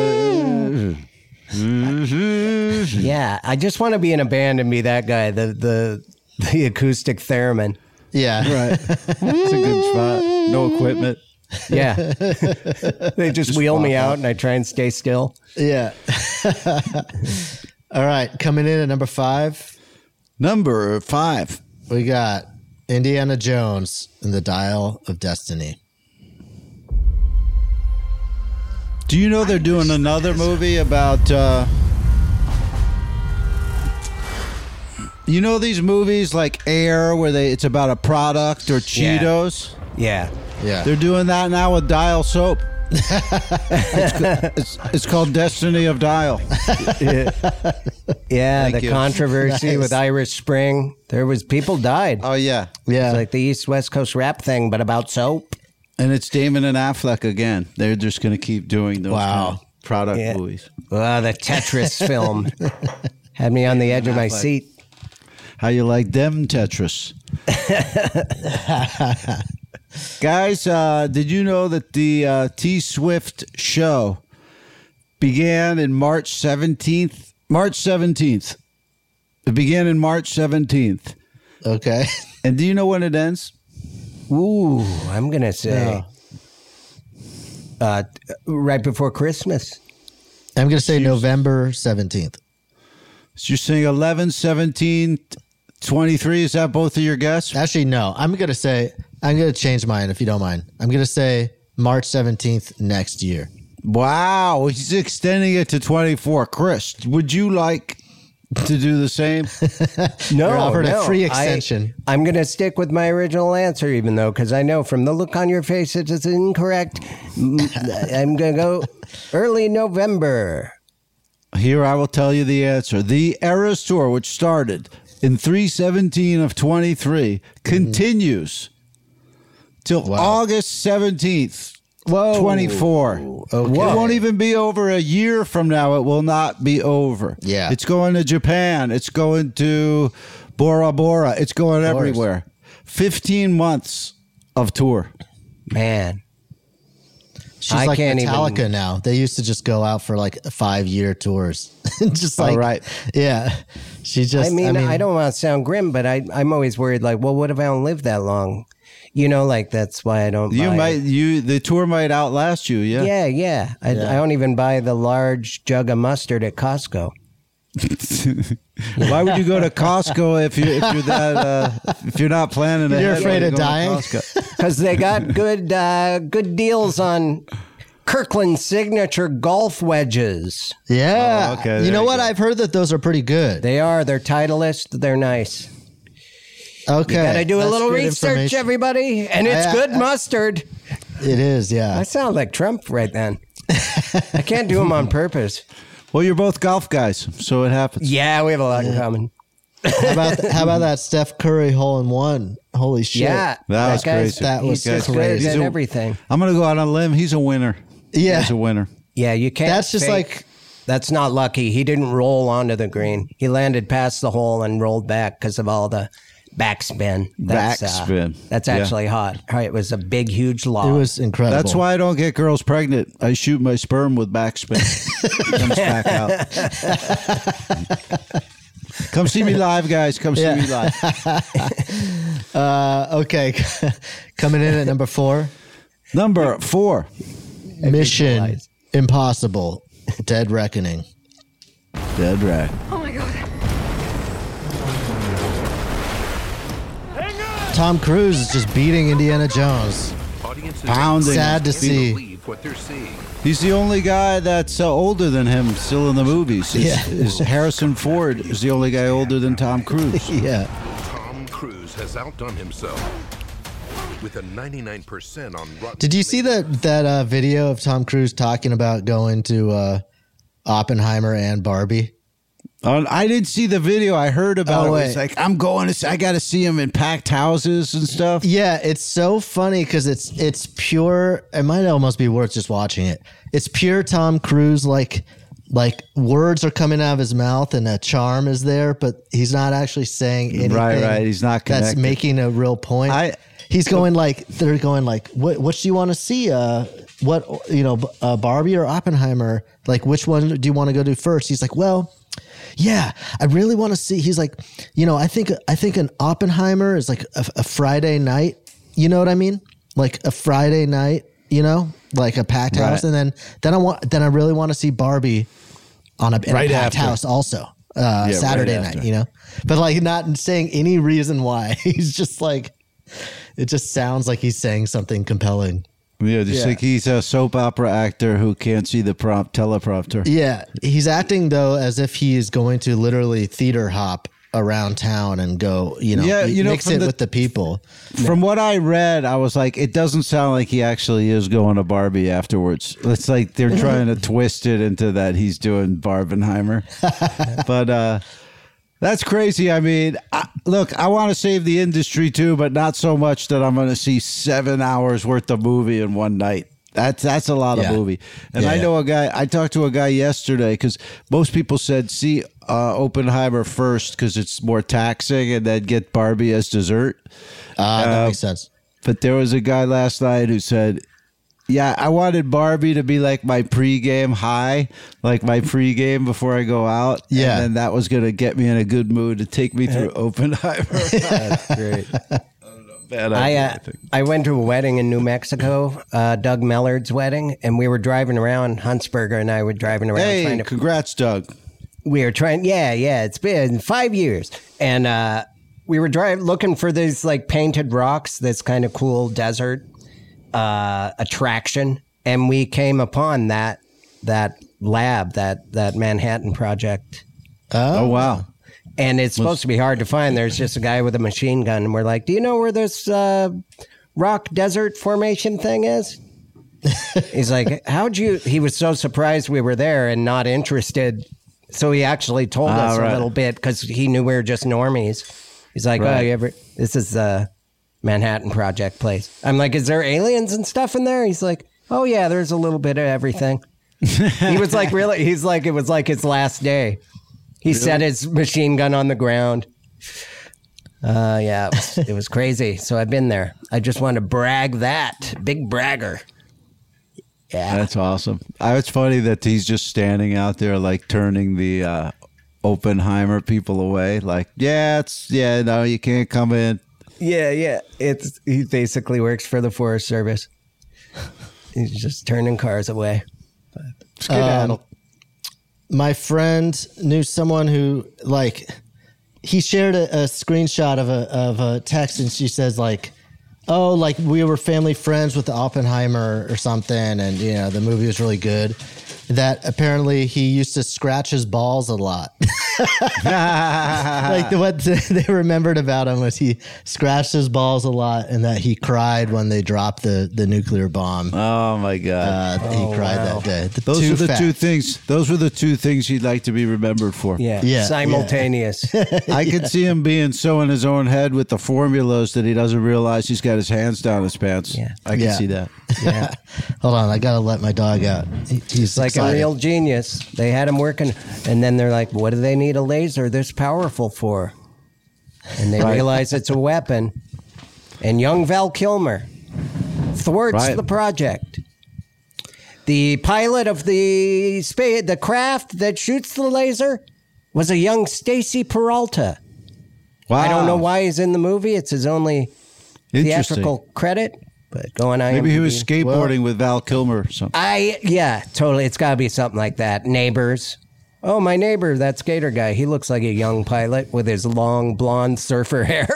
the. Yeah, I just want to be in a band and be that guy, the the the acoustic theremin. Yeah. Right. It's a good spot. No equipment. Yeah. they just, wheel me out and I try and stay still. Yeah. All right, coming in at number five. Number five. We got Indiana Jones and the Dial of Destiny. Do you know they're doing another movie about? Uh, you know these movies like Air, where they it's about a product or Cheetos. Yeah. Yeah. They're doing that now with Dial soap. it's, it's called Destiny of Dial. Yeah. Yeah. Thank the you. controversy Nice. with Irish Spring. There was people died. Oh yeah, Yeah. It's like the East West Coast rap thing, but about soap. and it's Damon and Affleck again. They're just going to keep doing those Wow. kind of product Yeah. movies. Oh, the Tetris film had me on the edge of my seat. How you like them Tetris? Guys, uh, did you know that the uh, T Swift show began in March 17th? March 17th. It began in March 17th. Okay. And do you know when it ends? Ooh, I'm gonna say uh, t- right before Christmas. I'm going to say November 17th. So you're saying 11, 17, 23. Is that both of your guess? Actually, no. I'm going to say, I'm going to change mine if you don't mind. I'm going to say March 17th next year. Wow. He's extending it to 24. Chris, would you like to do the same? No, You're offered a no, free I- extension. I'm gonna stick with my original answer, even though, because I know from the look on your face, it is incorrect. Mm, I'm gonna go early November. Here I will tell you the answer. The Eras Tour, which started in 317 of 23, continues till August 17th. Oh, Whoa. 24. It won't even be over a year from now. It will not be over. Yeah. It's going to Japan. It's going to Bora Bora. It's going everywhere. 15 months of tour. Man, She's I like can't even- Metallica now. They used to just go out for like five year tours. just like, right. Yeah. She just, I mean, I, don't want to sound grim, but I, I'm always worried. Like, well, what if I don't live that long? You know, like that's why I don't. You buy- might, you, the tour might outlast you. Yeah. Yeah, yeah. I, I don't even buy the large jug of mustard at Costco. Why would you go to Costco if you if you're that uh, if you're not planning? You're ahead afraid on going of to dying? Costco? because they got good uh, good deals on Kirkland signature golf wedges. Yeah. Oh, okay, You there know you what? go. I've heard that those are pretty good. They are. They're Titleist. They're nice. okay. Gotta do a That's little good research, information. everybody, and it's I- good I- mustard. It is, yeah. I sound like Trump right then. I can't do them on purpose. Well, you're both golf guys, so it happens. Yeah, we have a lot in common. How about how about that Steph Curry hole in one? Holy shit! Yeah, That was guy's- crazy. That was he's just crazy. good He's at a- everything. I'm gonna go out on a limb. He's a winner. Yeah. he's a winner. Yeah, you can't. That's just fake- like- that's not lucky. He didn't roll onto the green. He landed past the hole and rolled back because of all the backspin. That's, uh, Backspin. that's Yeah. actually hot. All right, it was a big, huge lob. it was incredible. That's why I don't get girls pregnant. I shoot my sperm with backspin. It comes back out. Come see me live, guys. Come see me live. Uh, okay, coming in at number four, Number four. Mission Impossible: Dead Reckoning. Dead right. Tom Cruise is just beating Indiana Jones. Pounding. Sad to see. He's the only guy that's uh, older than him still in the movies. Is, Yeah. is Harrison Ford is the only guy older than Tom Cruise. Yeah, Tom Cruise has outdone himself with a 99% on Rotten. did you see that that uh, video of Tom Cruise talking about going to uh, Oppenheimer and Barbie? Uh, I didn't see the video. I heard about Oh, it. It's wait. like I'm going to. See, I got to see him in packed houses and stuff. Yeah, it's so funny because it's it's pure. It might almost be worth just watching it. It's pure Tom Cruise, like like words are coming out of his mouth and a charm is there, but he's not actually saying anything. Right, right, he's not That's connected. making a real point. I- he's going like they're going like what what do you want to see? Uh, what you know, uh, Barbie or Oppenheimer? Like which one do you want to go to first? He's like, well yeah, I really want to see. He's like, you know, I think I think an Oppenheimer is like a, a Friday night. You know what I mean? Like a Friday night you know, like a packed Right. house, and then then I want then I really want to see Barbie on a, in Right a packed after. house also Yeah, uh, right Saturday after. night, you know, but like not saying any reason why. He's just like, it just sounds like he's saying something compelling. Yeah, just Yeah. like he's a soap opera actor who can't see the prompt teleprompter. Yeah, he's acting though as if he is going to literally theater hop around town and go, you know, Yeah, you know, mix from it the- with the people. From what I read, I was like, it doesn't sound like he actually is going to Barbie afterwards. It's like they're trying to twist it into that he's doing Barbenheimer. but uh, that's crazy. I mean, I, look, I want to save the industry too, but not so much that I'm going to see seven hours worth of movie in one night. That's that's a lot Yeah. of movie, and Yeah, I yeah. know a guy. I talked to a guy yesterday because most people said see uh, Oppenheimer first because it's more taxing, and then get Barbie as dessert. Uh, that Uh, makes sense. But there was a guy last night who said, "Yeah, I wanted Barbie to be like my pregame high, like my pregame before I go out. Yeah. and then that was gonna get me in a good mood to take me through Oppenheimer. uh, That's great. Bad I, idea, uh, I went to a wedding in New Mexico, uh, Doug Mellard's wedding, and we were driving around. Huntsberger and I were driving around Hey, trying to. congrats, Doug. We were trying. Yeah, yeah. It's been five years, and uh, we were driving looking for these like painted rocks. This kind of cool desert uh, attraction, and we came upon that that lab that that Manhattan Project Oh, wow. and it's supposed to be hard to find. There's just a guy with a machine gun, and we're like, "Do you know where this uh, rock desert formation thing is?" He's like, "How'd you?" He was so surprised we were there and not interested, so he actually told us Ah, right. a little bit because he knew we were just normies. He's like, "Oh, Right. you ever? This is the Manhattan Project place." I'm like, "Is there aliens and stuff in there?" He's like, "Oh yeah, there's a little bit of everything." he was like, "Really?" He's like, "It was like his last day." He set his machine gun on the ground. Uh, yeah, it was, it was crazy. So I've been there. I just want to brag that big bragger. Yeah, That's awesome. I, it's funny that he's just standing out there, like turning the uh, Oppenheimer people away. Like, yeah, it's yeah, no, you can't come in. yeah, yeah. It's he basically works for the Forest Service. He's just turning cars away. Um, my friend knew someone who like he shared a, a screenshot of a of a text and she says like oh like we were family friends with Oppenheimer or something and you know the movie was really good that apparently he used to scratch his balls a lot like the, what they remembered about him was he scratched his balls a lot and that he cried when they dropped the the nuclear bomb Oh my god, he cried that day. The Oh, Those two are the two facts. things. Those were the two things he'd like to be remembered for. Yeah, Yeah, yeah. simultaneous. I could see him being so in his own head with the formulas that he doesn't realize he's got his hands down his pants. Yeah. I can Yeah. see that. yeah. Hold on, I gotta let my dog out. He- He's like excited. a real genius. They had him working, and then they're like, "What do they need a laser this powerful for?" And they Right. realize it's a weapon. And young Val Kilmer thwarts Right. the project. The pilot of the spa- the craft that shoots the laser was a young Stacy Peralta. Wow. I don't know why he's in the movie. It's his only Ah. Interesting. theatrical credit. But going on, Maybe he was skateboarding with Val Kilmer or something. I yeah, totally. It's got to be something like that. Neighbors. Oh, my neighbor, that skater guy. He looks like a young pilot with his long blonde surfer hair.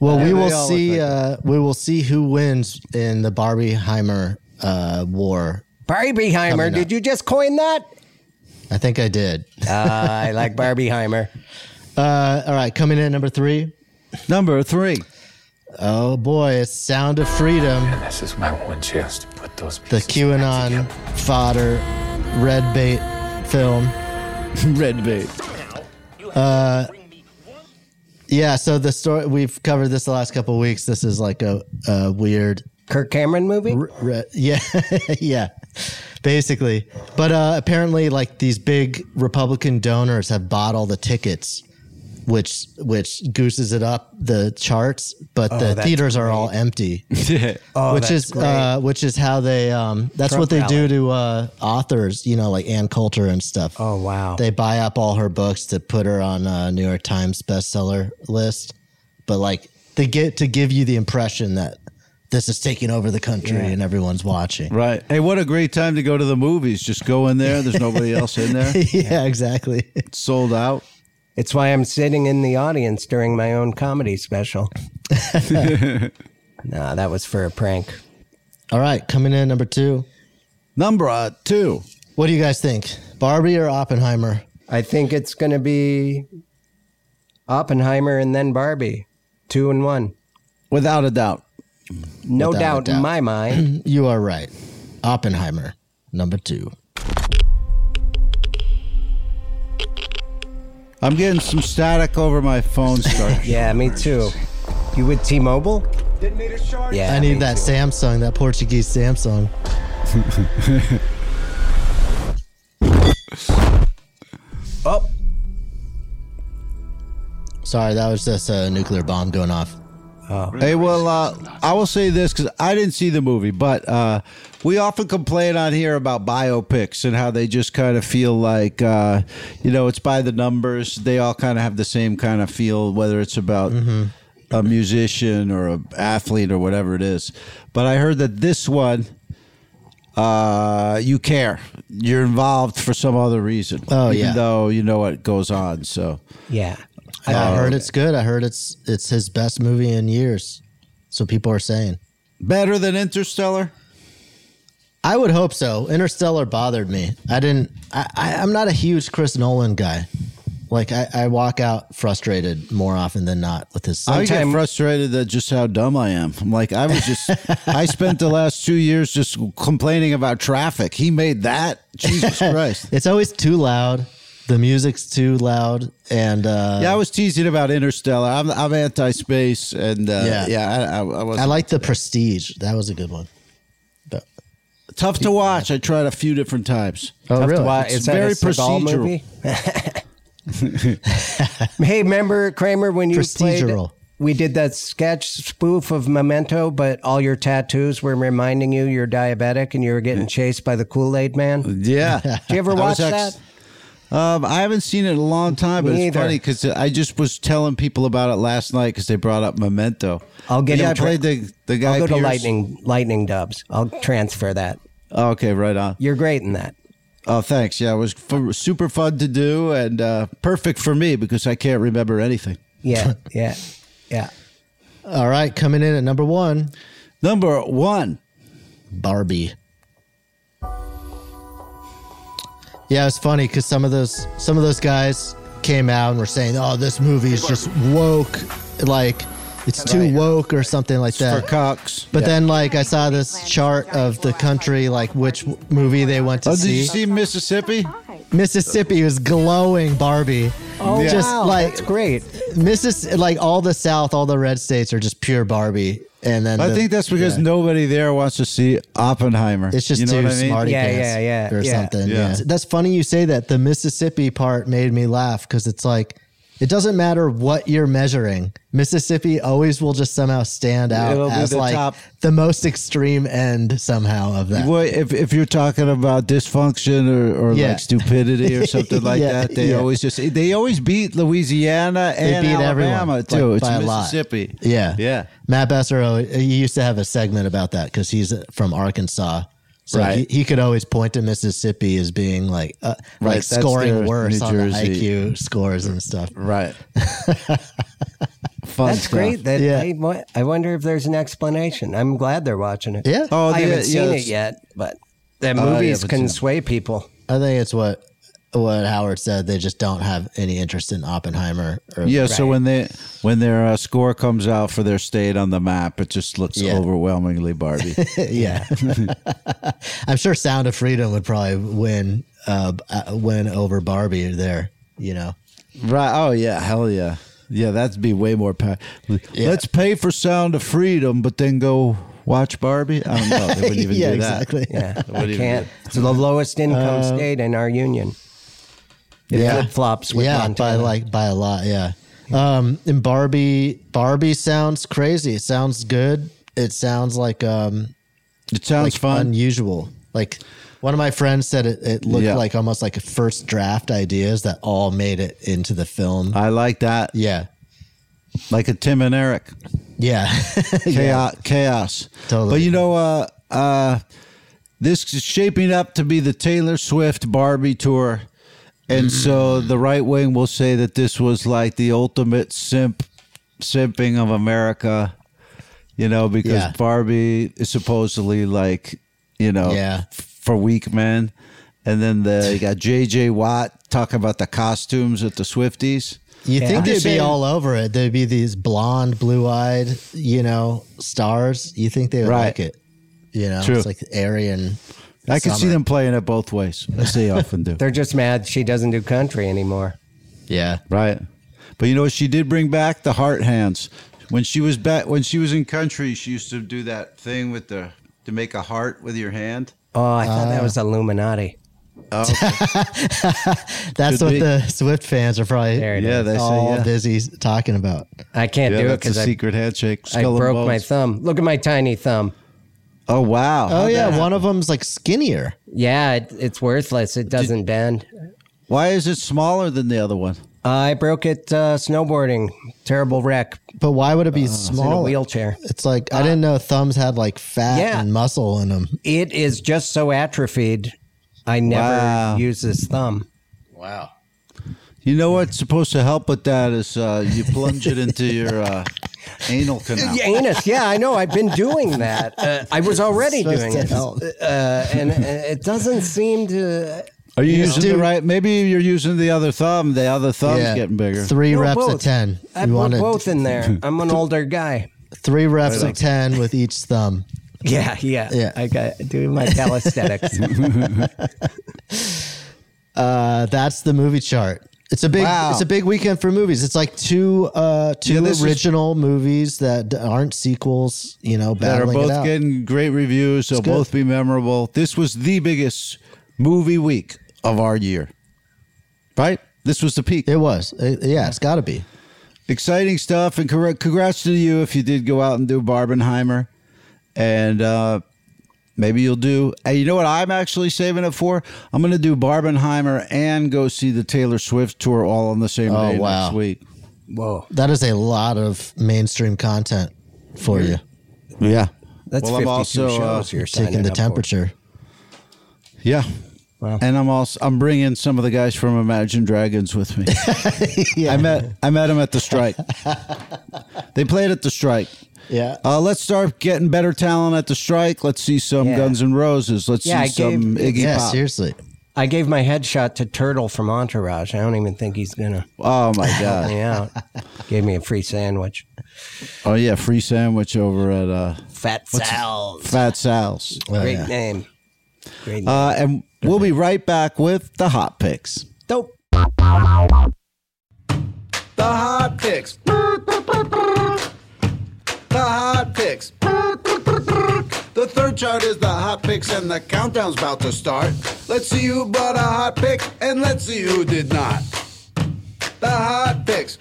Well, we will all look see. uh, we will see who wins in the Barbieheimer uh, war. Barbieheimer. Did you just coin that? I think I did. Uh, I like Barbieheimer. Uh, all right, coming in at number three. Number three. Oh boy, it's Sound of Freedom, This is my one chance to put those the QAnon fodder, red bait film. Red bait. Yeah, so the story we've covered this the last couple of weeks. This is like a, a weird Kirk Cameron movie? R- re- yeah, yeah, basically. But uh, apparently, like these big Republican donors have bought all the tickets, which which gooses it up the charts. But the Oh, that's Oh, theaters are all empty, which that's is uh, which is how they um, that's Trump what they rally. do to uh, authors, you know, like Ann Coulter and stuff. Oh, wow. They buy up all her books to put her on a New York Times bestseller list, but like they get to give you the impression that this is taking over the country and everyone's watching. Right. Hey, what a great time to go to the movies. Just go in there. There's nobody else in there. yeah, exactly. It's sold out. It's why I'm sitting in the audience during my own comedy special. nah, that was for a prank. All right, coming in number two. Number uh, two. What do you guys think? Barbie or Oppenheimer? I think it's going to be Oppenheimer and then Barbie. Two and one. Without a doubt. No Without a doubt in my mind. you are right. Oppenheimer, number two. I'm getting some static over my phone, Stark. Yeah, me too. You with T-Mobile? Yeah, I need that Samsung, that Portuguese Samsung. Oh. Sorry, that was just a nuclear bomb going off. Hey, well, uh, I will say this because I didn't see the movie, but uh, we often complain on here about biopics and how they just kind of feel like, uh, you know, it's by the numbers. They all kind of have the same kind of feel, whether it's about Mm-hmm. a musician or an athlete or whatever it is. But I heard that this one, uh, you care. You're involved for some other reason. Oh, even yeah. though you know what goes on. So. Yeah. I heard it's good. I heard it's it's his best movie in years. So people are saying. Better than Interstellar? I would hope so. Interstellar bothered me. I didn't. I, I I'm not a huge Chris Nolan guy. Like I, I walk out frustrated more often than not with his. Oh, I get Sometime- frustrated that just how dumb I am. I'm like, I was just, I spent the last two years just complaining about traffic. He made that. Jesus Christ. it's always too loud. The music's too loud, and uh, Yeah, I was teasing about Interstellar. I'm, I'm anti space. And uh, yeah, Yeah. I, I, I was I like the Prestige. That was a good one. But, tough to watch. I tried a few different times. oh, Tough to really? watch. It's Is that a very Seagal procedural. movie? hey, remember Kramer when you played? Procedural. We did that sketch spoof of Memento, but all your tattoos were reminding you you're diabetic and you were getting chased by the Kool Aid Oh, Man. Yeah. Did you ever watch that? Um, I haven't seen it in a long time, but Me it's either. funny because I just was telling people about it last night because they brought up Memento. I'll get yeah, him I tra- played the the guy. I'll go to Pearce. lightning lightning dubs. I'll transfer that. Oh, okay, right on. You're great in that. Oh, thanks. Yeah, it was f- super fun to do and uh, perfect for me because I can't remember anything. Yeah, yeah, yeah. All right, coming in at number one, Number one. Barbie. Yeah, it's funny because some of those some of those guys came out and were saying, "Oh, this movie is just woke, like it's too woke or something like for that." Cox. But then, like, I saw this chart of the country, like which w- movie they went to Oh, did see. you see Mississippi? Mississippi was glowing Barbie. Oh, just Wow, like that's great. Missis, like all the South, all the red states are just pure Barbie. And then I the- think that's because yeah. nobody there wants to see Oppenheimer. It's just you know too what I mean? smarty Yeah, pants yeah, yeah, or yeah. something. Yeah. Yeah. That's funny you say that. The Mississippi part made me laugh because it's like it doesn't matter what you're measuring. Mississippi always will just somehow stand out It'll be as the like top. the most extreme end somehow of that. Well, if, if you're talking about dysfunction or, or Yeah. like stupidity or something like Yeah, that, they yeah. always just they always beat Louisiana They and beat Alabama everyone too. like, it's by a lot. Mississippi. Yeah. yeah. Matt Bassero, he used to have a segment about that because he's uh, from Arkansas. So Right. he, he could always point to Mississippi as being like uh, Right, like that's their scoring worse New on the Jersey. IQ scores and stuff. Right. Fun That's stuff. great. That Yeah. I, wa- I wonder if there's an explanation. I'm glad they're watching it. Yeah. Oh, I the- haven't yeah, seen it's- it yet, but Oh, that yeah, movies but can yeah. sway people. I think it's what what Howard said. They just don't have any interest in Oppenheimer. Or, Yeah, so when they when their uh, score comes out for their state on the map, it just looks Yeah. overwhelmingly Barbie. yeah. I'm sure Sound of Freedom would probably win uh, b- uh, win over Barbie there. You know, right? Oh yeah, hell yeah, yeah. That'd be way more. Pa- Let's pay for Sound of Freedom, but then go watch Barbie. I don't know. They wouldn't even yeah, do that. exactly. Yeah, What do I you can't. do? It's the lowest income state in our union. It Uh, Yeah. flip flops with yeah, by Montana. like by a lot. Yeah. Um, and Barbie, Barbie sounds crazy. It sounds good. It sounds like um, It sounds like fun. unusual. Like one of my friends said, it, it looked Yeah. like almost like Uh, first draft ideas that all made it into the film. I like that. yeah. like a Tim and Eric. Yeah, chaos. chaos. But you know, uh, uh, this is shaping up to be the Taylor Swift Barbie tour, and so Mm. the right wing will say that this was like the ultimate simp simping of America. You know, because Yeah. Barbie is supposedly like you know Yeah. f- for weak men. And then the, you got J.J. Watt talking about the costumes at the Swifties. You Yeah. think I'm they'd be just saying- all over it? There'd be these blonde, blue-eyed, you know, stars. You think they would Right. like it? You know, True. it's like Aryan. I can see them playing it both ways, as they often do. They're just mad she doesn't do country anymore. Yeah. Right. But you know what she did bring back? The heart hands. When she was back when she was in country, she used to do that thing with the to make a heart with your hand. Oh, I thought Ah. Uh, that was Illuminati. Oh, That's Could what be. the Swift fans are probably it Yeah, is. they say, all yeah. busy talking about. I can't Yeah, Oh, do it that's a because I, secret handshake. I Skull and broke my bones. thumb. Look at my tiny thumb. Oh wow. Oh How'd yeah, that happen? one of them's like skinnier. Yeah, it, it's worthless. It doesn't bend. Why is it smaller than the other one? I broke it uh, snowboarding. Terrible wreck. But why would it Oh, be It's in a small? wheelchair. It's like Ah. I didn't know thumbs had like fat Yeah. and muscle in them. It is just so atrophied. I never Wow. use this thumb. Wow. You know what's supposed to help with that is uh, you plunge it into your uh, anal canal. Yeah, anus. Yeah, I know. I've been doing that. Uh, I was already Supposed doing to it, help. uh, and uh, it doesn't seem to. Are you Yeah. using Dude. the right? Maybe you're using the other thumb. The other thumb's getting bigger. Three We're reps both. of ten. I you put wanted both in there. I'm an older guy. three reps of ten with each thumb. Yeah, yeah, Yeah. I got doing my calisthenics. Uh, that's the movie chart. It's a big Wow. it's a big weekend for movies. It's like two uh two Yeah, this is- original movies that d- aren't sequels, you know, that are battling it both out. getting great reviews. They'll good. both be memorable. This was the biggest movie week of our year, right? This was the peak. It was. Uh, yeah, it's got to be. Exciting stuff, and congr- congrats to you if you did go out and do Barbenheimer, and uh, maybe you'll do. And you know what? I'm actually saving it for. I'm going to do Barbenheimer and go see the Taylor Swift tour all on the same Oh, day wow. next week. Whoa, That is a lot of mainstream content for Mm-hmm. you. Yeah, that's Well, I'm 52 also, uh, shows you're signing Taking the up for. temperature. yeah. Wow. And I'm also I'm bringing some of the guys from Imagine Dragons with me. I met I met him at the strike. they played at the strike. Yeah. Uh, let's start getting better talent at the strike. Let's see some Yeah. Guns N' Roses. Let's Yeah, I see some gave- Iggy yeah, Pop. seriously. I gave my headshot to Turtle from Entourage. I don't even think he's gonna Oh my help god. me out. Gave me a free sandwich. oh yeah, free sandwich over at uh, Fat Sal's. Fat Sal's. Great name. Great name. Uh, and we'll be right back with the hot picks. Dope. The hot picks. The hot picks. The third chart is the hot picks, and the countdown's about to start. Let's see who bought a hot pick, and let's see who did not. The hot picks.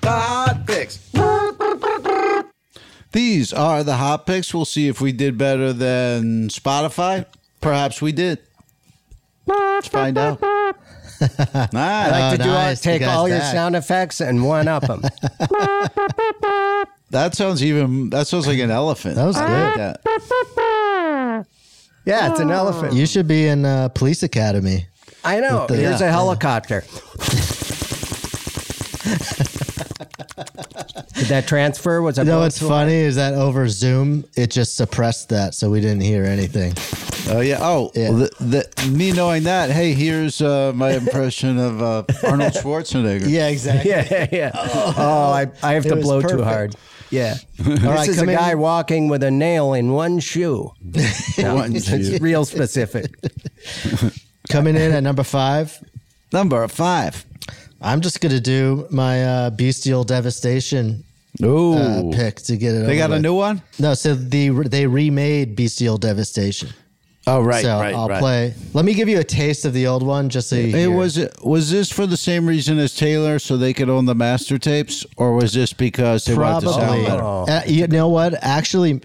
The hot picks. These are the hot picks. We'll see if we did better than Spotify. Perhaps we did. Let's find out. Ah, I Uh, nice. like to do all, nice. The take guy's all your back. sound effects and one up them. That sounds even. That sounds like an elephant. That was I like that. yeah, it's an elephant. You should be in uh, police academy. I know. With the- Here's a yeah. helicopter. Did that transfer? Was that You know blown what's to- funny is that over Zoom it just suppressed that, so we didn't hear anything. Oh yeah. Oh, Yeah. well, the, the, me knowing that. Hey, here's uh, my impression of uh, Arnold Schwarzenegger. Yeah, exactly. Yeah, yeah, yeah. Oh, I, I have It to was blow too perfect. hard. Yeah. this right, is a come in. guy walking with a nail in one shoe. No, One it's shoe. real specific. Coming in at number five, Number five. I'm just gonna do my uh, bestial devastation Ooh. uh, pick to get it. they got over a with. new one. No, so the they remade bestial devastation. Oh right. so right. I'll right. play. Let me give you a taste of the old one, just so you. It hear. was it was this for the same reason as Taylor, so they could own the master tapes, or was this because they wanted to sound probably. better? Uh, you know what? Actually,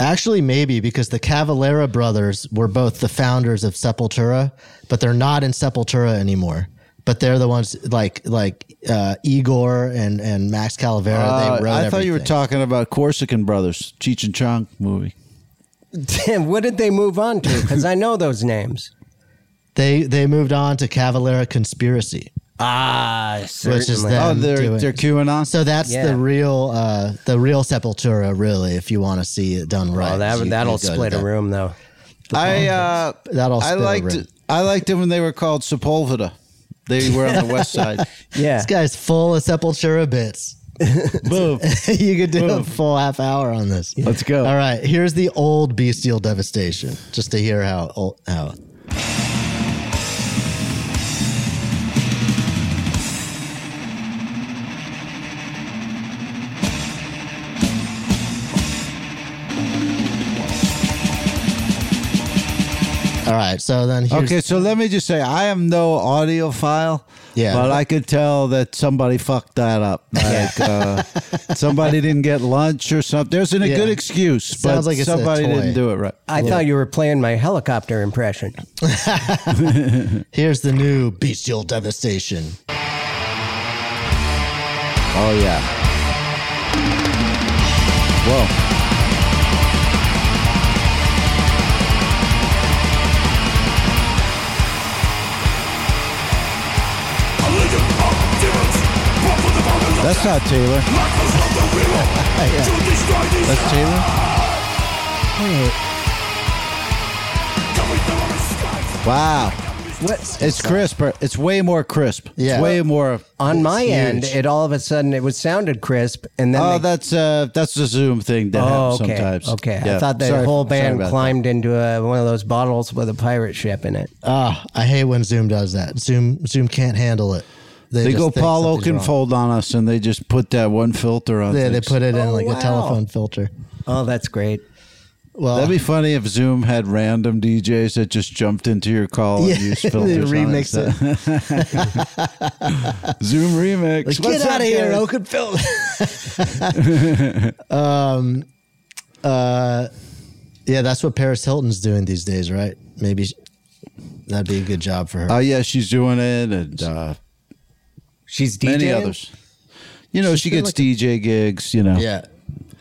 actually, maybe because the Cavalera brothers were both the founders of Sepultura, but they're not in Sepultura anymore. but they're the ones like like uh, Igor and and Max Calavera. Uh, they wrote. I thought you were everything. talking about Corsican Brothers, Cheech and Chong movie. Damn, what did they move on to? Because I know those names. They they moved on to Cavalera Conspiracy, Ah, certainly. which is them doing- Oh, QAnon. So that's Yeah. the real uh, the real Sepultura, really. If you want to see it done right, Oh, that, You- you that'll go to split that. a room, though. I uh, That'll I split a liked room. I liked it when they were called Sepulveda. They were on the west side. Yeah. This guy's full of Sepultura bits. Boom. you could do a Boom. full half hour on this. Let's go. All right, here's the old bestial devastation, just to hear how old how. All right, so then here's, Okay, so let me just say I am no audiophile. Yeah. But I could tell that somebody fucked that up. Like uh, somebody didn't get lunch or something. There's an, a Yeah. good excuse, but Sounds like it's a somebody toy. didn't do it right. I thought you were playing my helicopter impression. here's the new bestial devastation. Oh yeah. Whoa. That's not Taylor. That's Taylor. Wow. What? It's crisper. It's way more crisp. Yeah. It's way more On my It's huge. end, it all of a sudden it was sounded crisp, and then oh, they- that's uh, that's the Zoom thing that oh, happens okay, sometimes. okay. Yeah. I thought the Sorry- whole sorry band about climbed into a, one of those bottles with a pirate ship in it. Ah, I hate when Zoom does that. Zoom Zoom can't handle it. That. They just go think Paul something's wrong. Oakenfold on us, and they just put that one filter on. Yeah, they things. put it in Oh, like wow. a telephone filter. Oh, that's great. Well, That'd be funny if Zoom had random DJs that just jumped into your call Yeah, and used they filters. remix on it. Zoom remix. like, What's get up, out of here, guys? Oakenfold. um, uh, yeah, that's what Paris Hilton's doing these days, right? Maybe sh- that'd be a good job for her. Oh yeah, she's doing it, and uh, She's DJing? many others. You know, she been gets like a- DJ gigs. You know, yeah,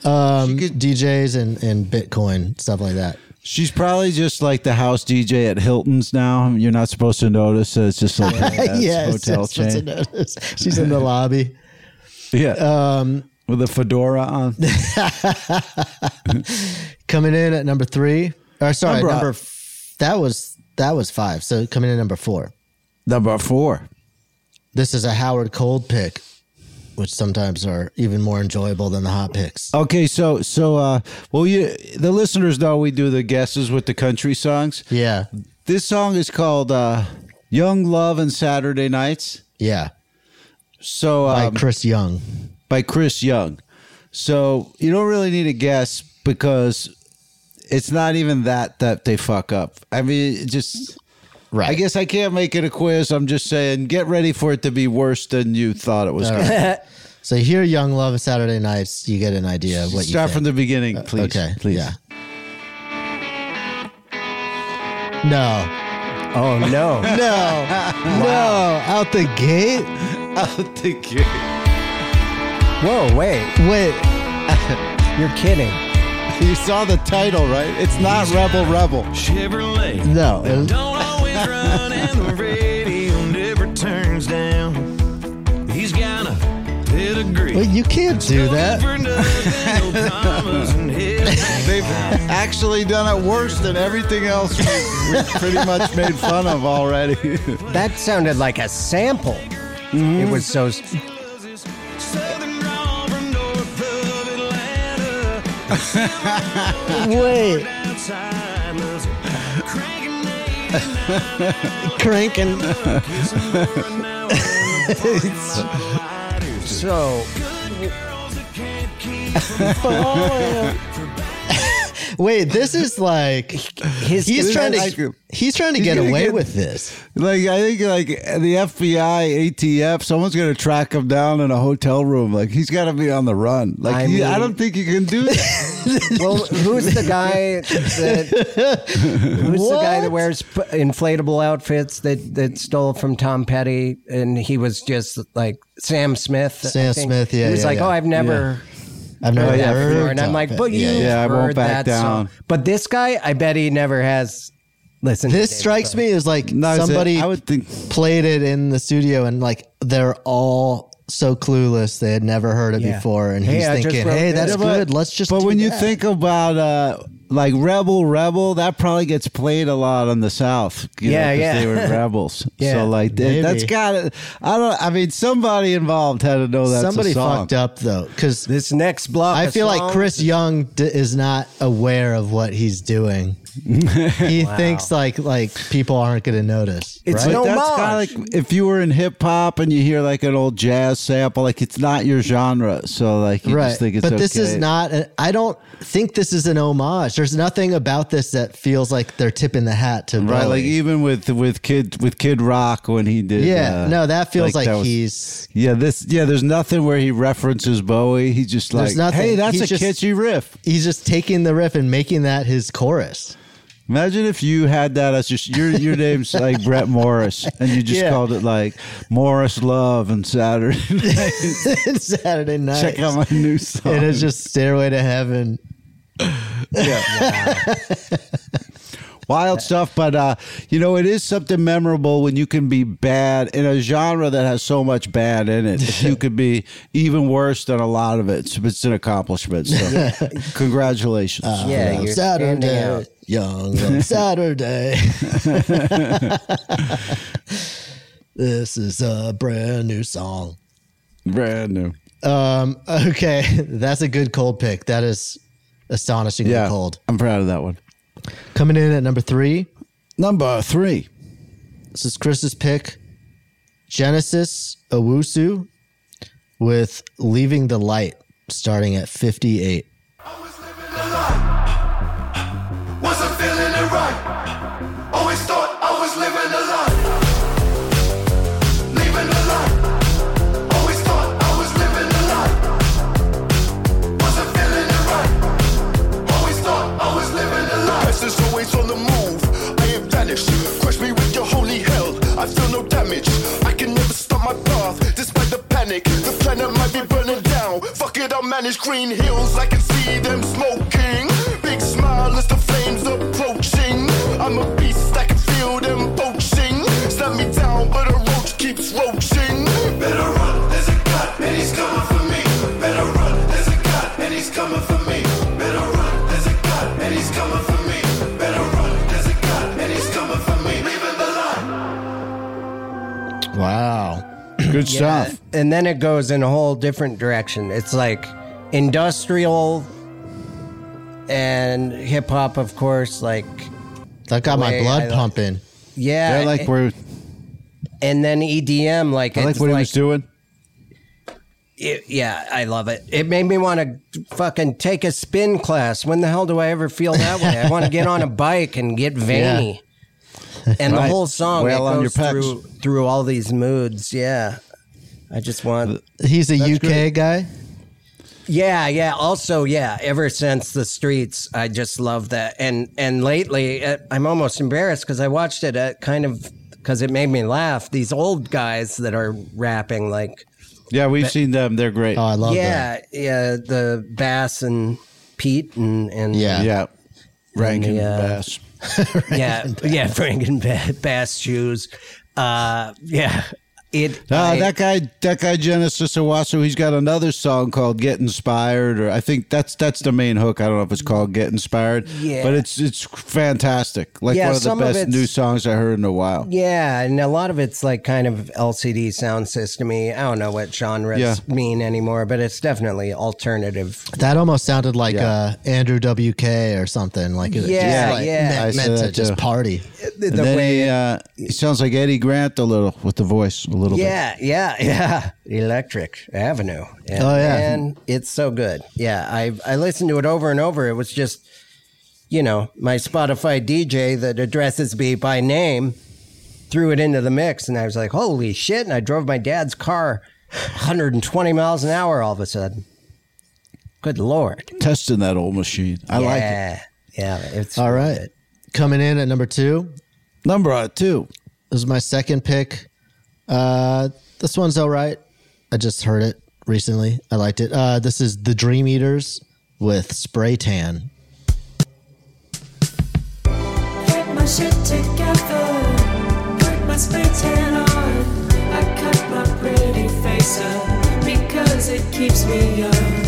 um, DJs and and Bitcoin stuff like that. She's probably just like the house DJ at Hilton's now. You're not supposed to notice. that It's just like yeah, yes, hotel that's what's chain. in notice. She's in the lobby. Yeah, Um, with a fedora on. Coming in at number three. Or sorry, Number- number, f- that was that was five. So coming in at number four. Number four. This is a Howard Cold pick, which sometimes are even more enjoyable than the hot picks. Okay, so so uh, well, you the listeners know we do the guesses with the country songs. Yeah. This song is called uh, "Young Love and Saturday Nights." Yeah. So By um, Chris Young. by Chris Young. So you don't really need a guess because it's not even that that they fuck up. I mean, it just Right. I guess I can't make it a quiz. I'm just saying, get ready for it to be worse than you thought it was. going to So here Young Love and Saturday Nights, you get an idea of be. what you Start think. Uh, from the beginning, please. okay, please. yeah. No. Oh no, No. No. Out the gate? Out the gate. whoa, wait, Wait. you're kidding. You saw the title, right? It's not Rebel Rebel. Chevrolet. No. It was- Don't always run and the radio never turns down. He's got a pedigree. wait, you can't do that. They've actually done it worse than everything else we- we've pretty much made fun of already. That sounded like a sample. Mm-hmm. It was so. s- Wait. Cranking. So Wait, this is like he's this trying to is like- he's trying to He's get gonna away get- with this. Like I think like the FBI, ATF, someone's gonna track him down in a hotel room. Like he's got to be on the run. Like I I, he, I mean- don't think you can do that. well, who's the guy that who's the guy that wears p- inflatable outfits that that stole from Tom Petty and he was just like Sam Smith. I Sam think. Smith, yeah, He was yeah, like, yeah. oh, I've never. Oh, I've never heard that heard before. and I'm Tom like, Petty. but you, Yeah, yeah, I heard won't back that song. down. But this guy, I bet he never has listened. This to David strikes me as like No, it's- somebody I would think played it in the studio and like they're all so clueless they had never heard it Yeah. before and Hey, he's I just thinking, wrote "Hey, this." that's Yeah, but- good. Let's just." But do when you that." think about uh like Rebel, Rebel, that probably gets played a lot on the South. You Yeah, know, 'cause yeah. They were rebels. Yeah, so like that, maybe. that's got to I don't. I mean, somebody involved had to know oh, that's somebody a song. fucked up though, because This next block, I of feel like songs- Chris Young d- is not aware of what he's doing. he thinks like like people aren't going to notice. It's right? no That's homage. kind of like if you were in hip hop and you hear like an old jazz sample, like it's not your genre, so like you just think it's but this is okay. not. I I don't think this is an homage. There's nothing about this that feels like they're tipping the hat to right. Bowie. Like even with with kid with Kid Rock when he did, yeah, uh, no, that feels like, that was- he's. Yeah, this yeah. There's nothing where he references Bowie. He's just There's like, nothing. hey, that's He's a just- catchy riff. He's just taking the riff and making that his chorus. Imagine if you had that as just your your name's like Brett Morris, and you just Yeah. called it like Morris Love and Saturday. Night. Saturday night. Check out my new song. And it's just Stairway to Heaven. wild stuff but uh you know it is something memorable when you can be bad in a genre that has so much bad in it If you could be even worse than a lot of it it's, it's an accomplishment so congratulations Yeah, on you're standing Saturday. out. Young on Saturday. this is a brand new song. brand new Um, okay, that's a good cold pick. That is astonishingly yeah cold. i'm proud of that one Coming in at number three, number three this is Chris's pick Genesis Owusu with Leaving the Light starting at 58. Wasn't feeling it right. Always thought I was living a lie. Leaving a lie. Always thought I was living a lie. Wasn't feeling it right. Always thought I was living a lie. Past is always on the move. I ain't vanished. Crush me with your holy hell. I feel no damage. I can never stop my path despite the panic. The planet might be burning down. Fuck it, I'll manage green hills. I can see them smoking. Big smile as the flames approaching. I'm a beast, I can feel them poaching. Snap me down, but a roach keeps roaching. Better run, there's a god, and he's coming for me. Better run, there's a god, and he's coming for me. Better run, there's a god, and he's coming for me. Better run, there's a god, and he's coming for me. Leaving the line. Wow. good Yeah, stuff And then it goes in a whole different direction. It's like industrial and hip hop, of course. Like, That got my Way blood I like- pumping. yeah. yeah like we're and then EDM, like, i like it's what he like, was doing it- yeah, I love it. It made me want to fucking take a spin class. When the hell do I ever feel that way? I want to get on a bike and get veiny. And the Right. whole song Wail it on goes your pecs. through through all these moods. Yeah, I just want. He's a UK guy. Yeah, yeah. Also, yeah. Ever since the streets, I just love that. And and lately, uh, I'm almost embarrassed because I watched it at kind of because it made me laugh. These old guys that are rapping, like yeah we've seen them they're great Oh, I love that. yeah, yeah, the Bass and Pete and and Yeah. yeah rankin Yeah. bass yeah, yeah, Frank and Ba- Bass shoes. Uh, yeah, it. Uh, I- that guy, that guy Genesis Owasu, he's got another song called "Get Inspired," or I think that's that's the main hook. I don't know if it's called "Get Inspired," Yeah. but it's it's fantastic. Like Yeah, one of the some of best it's- new songs I heard in a while. Yeah, and a lot of it's like kind of LCD sound systemy. I don't know what genres Yeah. mean anymore, but it's definitely alternative. That almost sounded like Yeah. uh, Andrew WK or something. Like it was Yeah, just like yeah. meant- I see meant to that just too. party. The, And the then way, he, uh, he sounds like Eddie Grant a little with the voice, a little yeah, yeah, yeah. Electric Avenue. And, Oh, yeah. man, it's so good. Yeah, I I listened to it over and over. It was just you know, my Spotify DJ that addresses me by name threw it into the mix. And I was like, holy shit. And I drove my dad's car 120 miles an hour all of a sudden. Good Lord. Testing that old machine. I like it. Yeah. It's all right. Coming in at number two. Number uh, two. This is my second pick. Uh, this one's all right. I just heard it recently. I liked it. Uh, this is The Dream Eaters with Spray Tan. Get my shit together. Put my spray tan on. I cut my pretty face up because it keeps me young.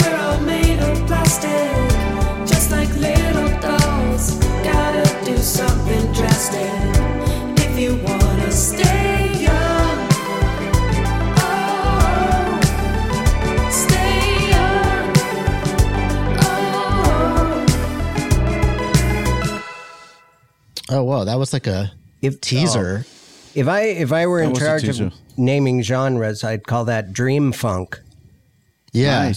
We're all made of plastic, just like little dolls. Gotta do something drastic if you wanna stay young. Oh, stay young. Oh. Oh wow, that was like a teaser. oh, If I if I were That in was a charge teaser. of naming genres, I'd call that dream funk. Yeah.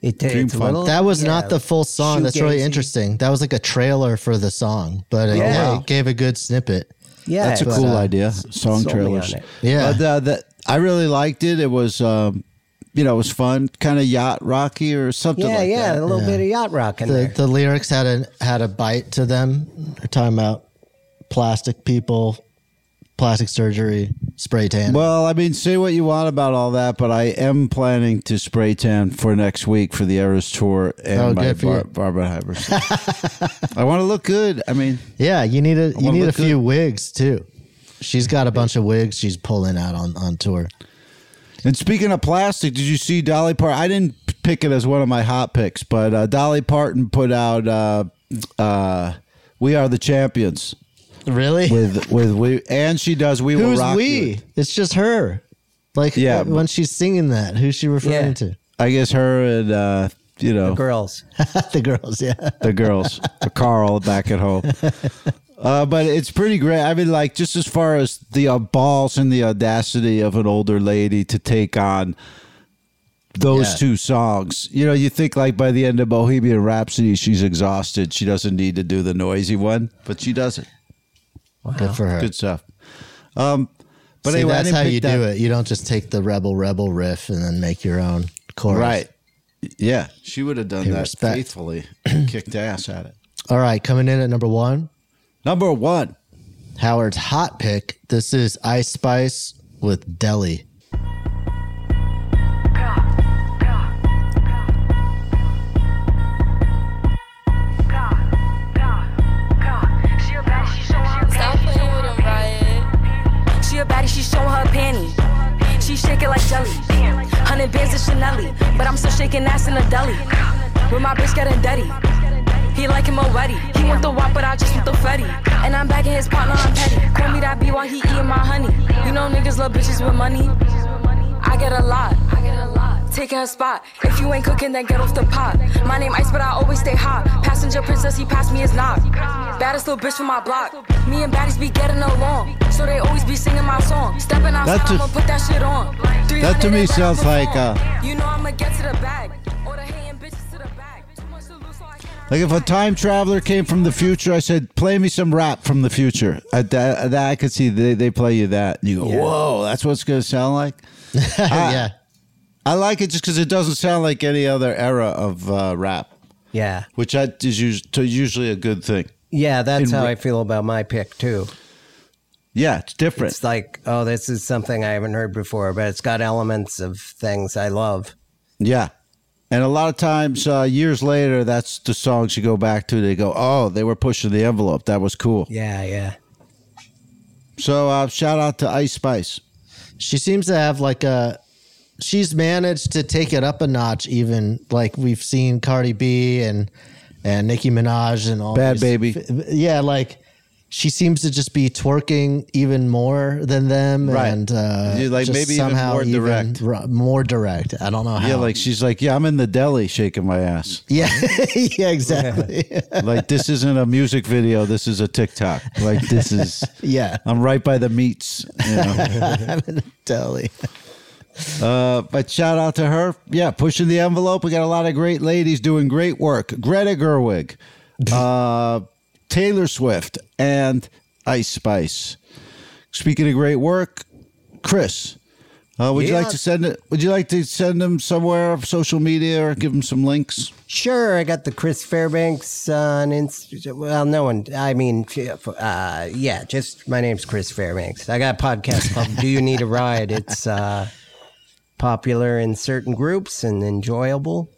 It, it's a little- that was yeah, not the full song. That's really shoegazy. interesting. That was like a trailer for the song, but it, Yeah. yeah, it gave a good snippet. Yeah, That's a But, cool uh, idea. Song sold me trailers. on it. Yeah. But, uh, that, I really liked it. It was, um, you know, it was fun, kind of yacht rocky or something Yeah, like yeah, that. a little bit of yacht rock in The, there. the lyrics had a had a bite to them. They're talking about plastic people, plastic surgery, spray tan. Well, I mean, say what you want about all that, but I am planning to spray tan for next week for the Eras tour and Oh, my good for Bar- you. Barbara Halberson. I want to look good. I mean, yeah, you need a you wanna need a look few wigs too. She's got a bunch of wigs she's pulling out on on tour. And speaking of plastic, did you see Dolly Parton? I didn't pick it as one of my hot picks, but uh, Dolly Parton put out uh, uh, "We Are the Champions." Really? With with we and she does. We will Who's rock we? you. It's just her. Like Yeah. when she's singing that, who's she referring to? I guess her and uh, you know girls, the girls, yeah. the girls, Carl back at home. Uh, but it's pretty great. I mean, like just as far as the uh, balls and the audacity of an older lady to take on those Yeah. two songs. You know, you think like by the end of Bohemian Rhapsody, she's exhausted. She doesn't need to do the noisy one, but she does it. Good for her. Good stuff. Um, but See, anyway, I that's didn't how pick you that- do it. You don't just take the rebel rebel riff and then make your own chorus. Right. Yeah, she would have done Pay that respect. faithfully. kicked ass at it. All right, coming in at number one. Number one. Howard's hot pick. This is Ice Spice with Deli. Stop playing with him, Riot. She a baddie, she showing her panties. She shaking like jelly. Hundred bands of Chanel, but I'm still shaking ass in a deli. With my bitch getting dirty. He like him already. He want the wop, but I just want the fetty. And I'm back in his partner, I'm petty. Call me that B while he eating my honey. You know niggas love bitches with money. I get a lot. Taking her spot. If you ain't cooking, then get off the pot. My name Ice, but I always stay hot. Passenger princess, he passed me his knock. Baddest little bitch from my block. Me and baddies be getting along, so they always be singing my song. Stepping outside, That to- I'ma put that shit on. That to me sounds like uh, You know I'ma get to the bag. All the hating bitches to the bag. Too much to lose, so I can't. Like if a time traveler came from the future, I said, "Play me some rap from the future." I, that, that I could see they, they play you that, and you go, Yeah. "Whoa, that's what it's going to sound like." I, yeah, I like it just because it doesn't sound like any other era of uh, rap. Yeah. which that is us- to- usually a good thing. Yeah, that's In how re- I feel about my pick too. Yeah, it's different. It's like, oh, this is something I haven't heard before, but it's got elements of things I love. Yeah, and a lot of times, uh, years later, that's the songs you go back to. They go, "Oh, they were pushing the envelope. That was cool." Yeah, yeah. So uh, shout out to Ice Spice. She seems to have like a she's managed to take it up a notch even like we've seen Cardi B and and Nicki Minaj and all Bad these- Baby. Yeah, like she seems to just be twerking even more than them Right. and uh Yeah, like just maybe even somehow more direct. ru- more direct. I don't know how. Yeah, like she's like, "Yeah, I'm in the deli shaking my ass." Yeah. yeah, exactly. like this isn't a music video this is a tiktok like this is Yeah. i'm right by the meats you know? I'm in a deli. uh, but shout out to her yeah pushing the envelope we got a lot of great ladies doing great work greta gerwig uh, Taylor Swift, and Ice Spice. Speaking of great work, Chris, uh, would you Yeah. like to send it? Would you like to send them somewhere, social media, or give them some links? Sure, I got the Chris Fairbanks uh, on Instagram. Well, no one. I mean, uh, yeah, just my name's Chris Fairbanks. I got a podcast called "Do You Need a Ride." It's uh, popular in certain groups and enjoyable.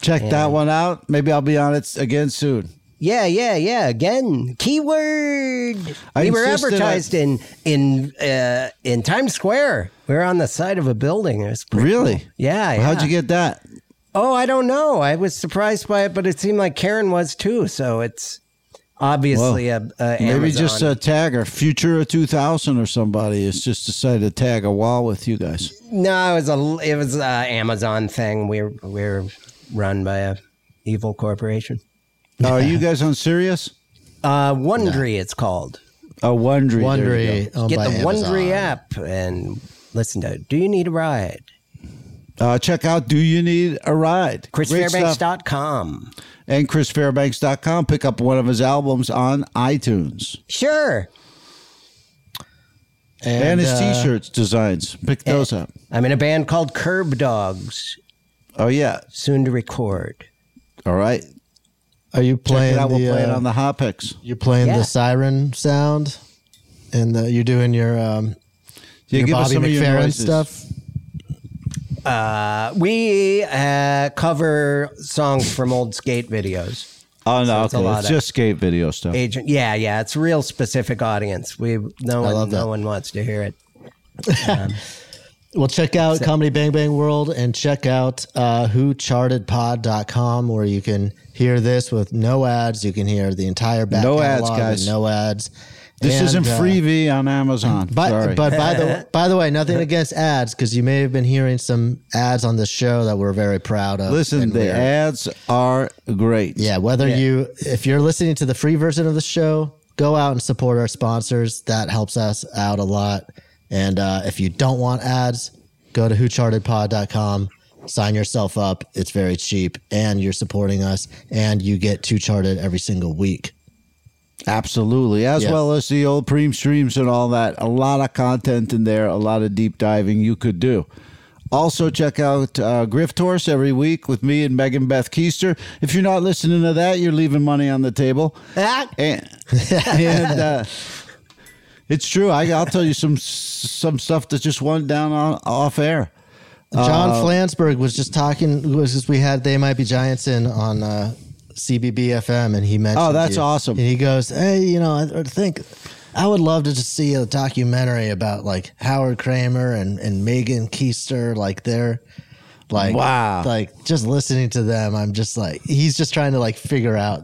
Check Yeah. that one out. Maybe I'll be on it again soon. Yeah, yeah, yeah. Again, keyword. I we were insisted advertised in in uh, in Times Square. We were on the side of a building. It was pretty really. Yeah, Well, how'd yeah. you get that? Oh, I don't know. I was surprised by it, but it seemed like Karen was too. So it's obviously Whoa. a, a Maybe Amazon. just uh, a tagger, Futura 2000 or somebody has just decided to tag a wall with you guys. no. It was a it was a Amazon thing. We're we're run by a evil corporation. Now, are you guys on Sirius? Uh, Wondry, it's called. Oh, Wondry. there you go. um, Get the Wondry app and listen to. Do you need a ride? Uh, check out Do You Need a Ride? Great stuff. ChrisFairbanks.com. And ChrisFairbanks.com. Pick up one of his albums on iTunes. Sure. And, uh, his t shirts designs. Pick eh, those up. I'm in a band called Curb Dogs. Oh, yeah. Soon to record. All right. Are you playing? out. We'll the, play it uh, on the Hot Picks. You're playing Yeah. the siren sound, and the, you're doing your um, Yeah, your give us Bobby some of your McFerrin noises. stuff. Uh, we uh, cover songs from old skate videos. Oh, So no. it's a okay. lot It's of- just skate video stuff. Agent, yeah, yeah, it's real specific audience. We no one, love that. no one wants to hear it. Well, check out So- Comedy Bang Bang World and check out uh, whochartedpod.com where you can hear this with no ads. You can hear the entire back No ads, catalog with guys. No ads. This And, isn't uh, freebie on Amazon. But, Sorry. but by the by the way, nothing against ads because you may have been hearing some ads on the show that we're very proud of. Listen, and the we're- ads are great. yeah, whether Yeah. you if you're listening to the free version of the show, go out and support our sponsors. That helps us out a lot. And uh, if you don't want ads, go to whochartedpod.com, sign yourself up. It's very cheap, and you're supporting us, and you get two charted every single week. Absolutely. As Yeah. well as the old preem streams and all that. A lot of content in there, a lot of deep diving you could do. Also, check out uh, Grift Horse every week with me and Megan Beth Keister. If you're not listening to that, you're leaving money on the table. And, and uh, it's true. I, I'll tell you some some stuff that just went down on, off air. John Uh, Flansburgh was just talking was just, we had they might be Giants in on uh, CBB FM, and he mentioned. Oh, that's you. awesome. And he goes, "Hey, you know, I I think I would love to just see a documentary about like Howard Kramer and and Megan Keister, like their like Wow. like just listening to them. I'm just like he's just trying to like figure out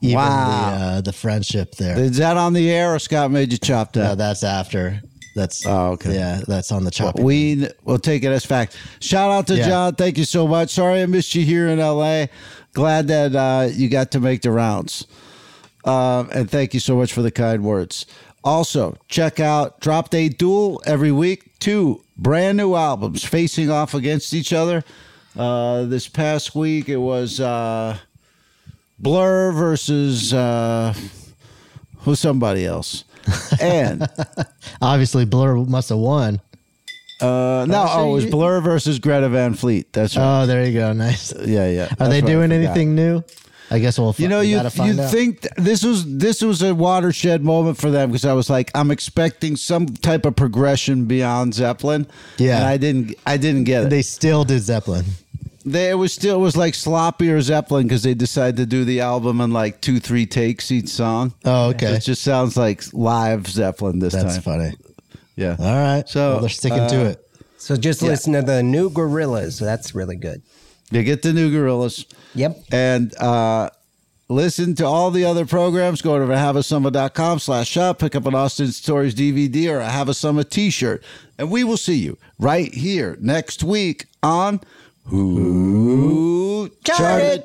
even Wow. the uh, the friendship there. Is that on the air or Scott made you chop that? No, that's after. That's oh, okay. yeah, that's on the chopping. We will take it as fact. Shout out to Yeah. John. Thank you so much. Sorry I missed you here in LA. Glad that uh, you got to make the rounds. Um, and thank you so much for the kind words. Also, check out Drop Day Duel every week. Two brand new albums facing off against each other. Uh, this past week, it was uh, Blur versus uh, who's somebody else. And Obviously, Blur must have won. Uh, no, Oh, so oh, it was you- Blur versus Greta Van Fleet. That's right. Oh, there you go. Nice. yeah, yeah. Are That's they what I doing forgot. anything new? I guess we'll. fi- You know, we you gotta you find out. think th- this was this was a watershed moment for them because I was like, I'm expecting some type of progression beyond Zeppelin. Yeah. and I didn't I didn't get it. they still did Zeppelin? They, it was still it was like sloppier Zeppelin because they decided to do the album in like two three takes each song. Oh, okay. It just sounds like live Zeppelin this That's time. funny. Yeah. All right. So, Well, they're sticking uh, to it. So just Yeah. listen to the new Gorillas. That's really good. They get the new gorillas. Yep. And uh, listen to all the other programs. Go over to haveasummit.com slash shop. Pick up an Austin Stories DVD or a Have a Summit t-shirt. And we will see you right here next week on Who Charted.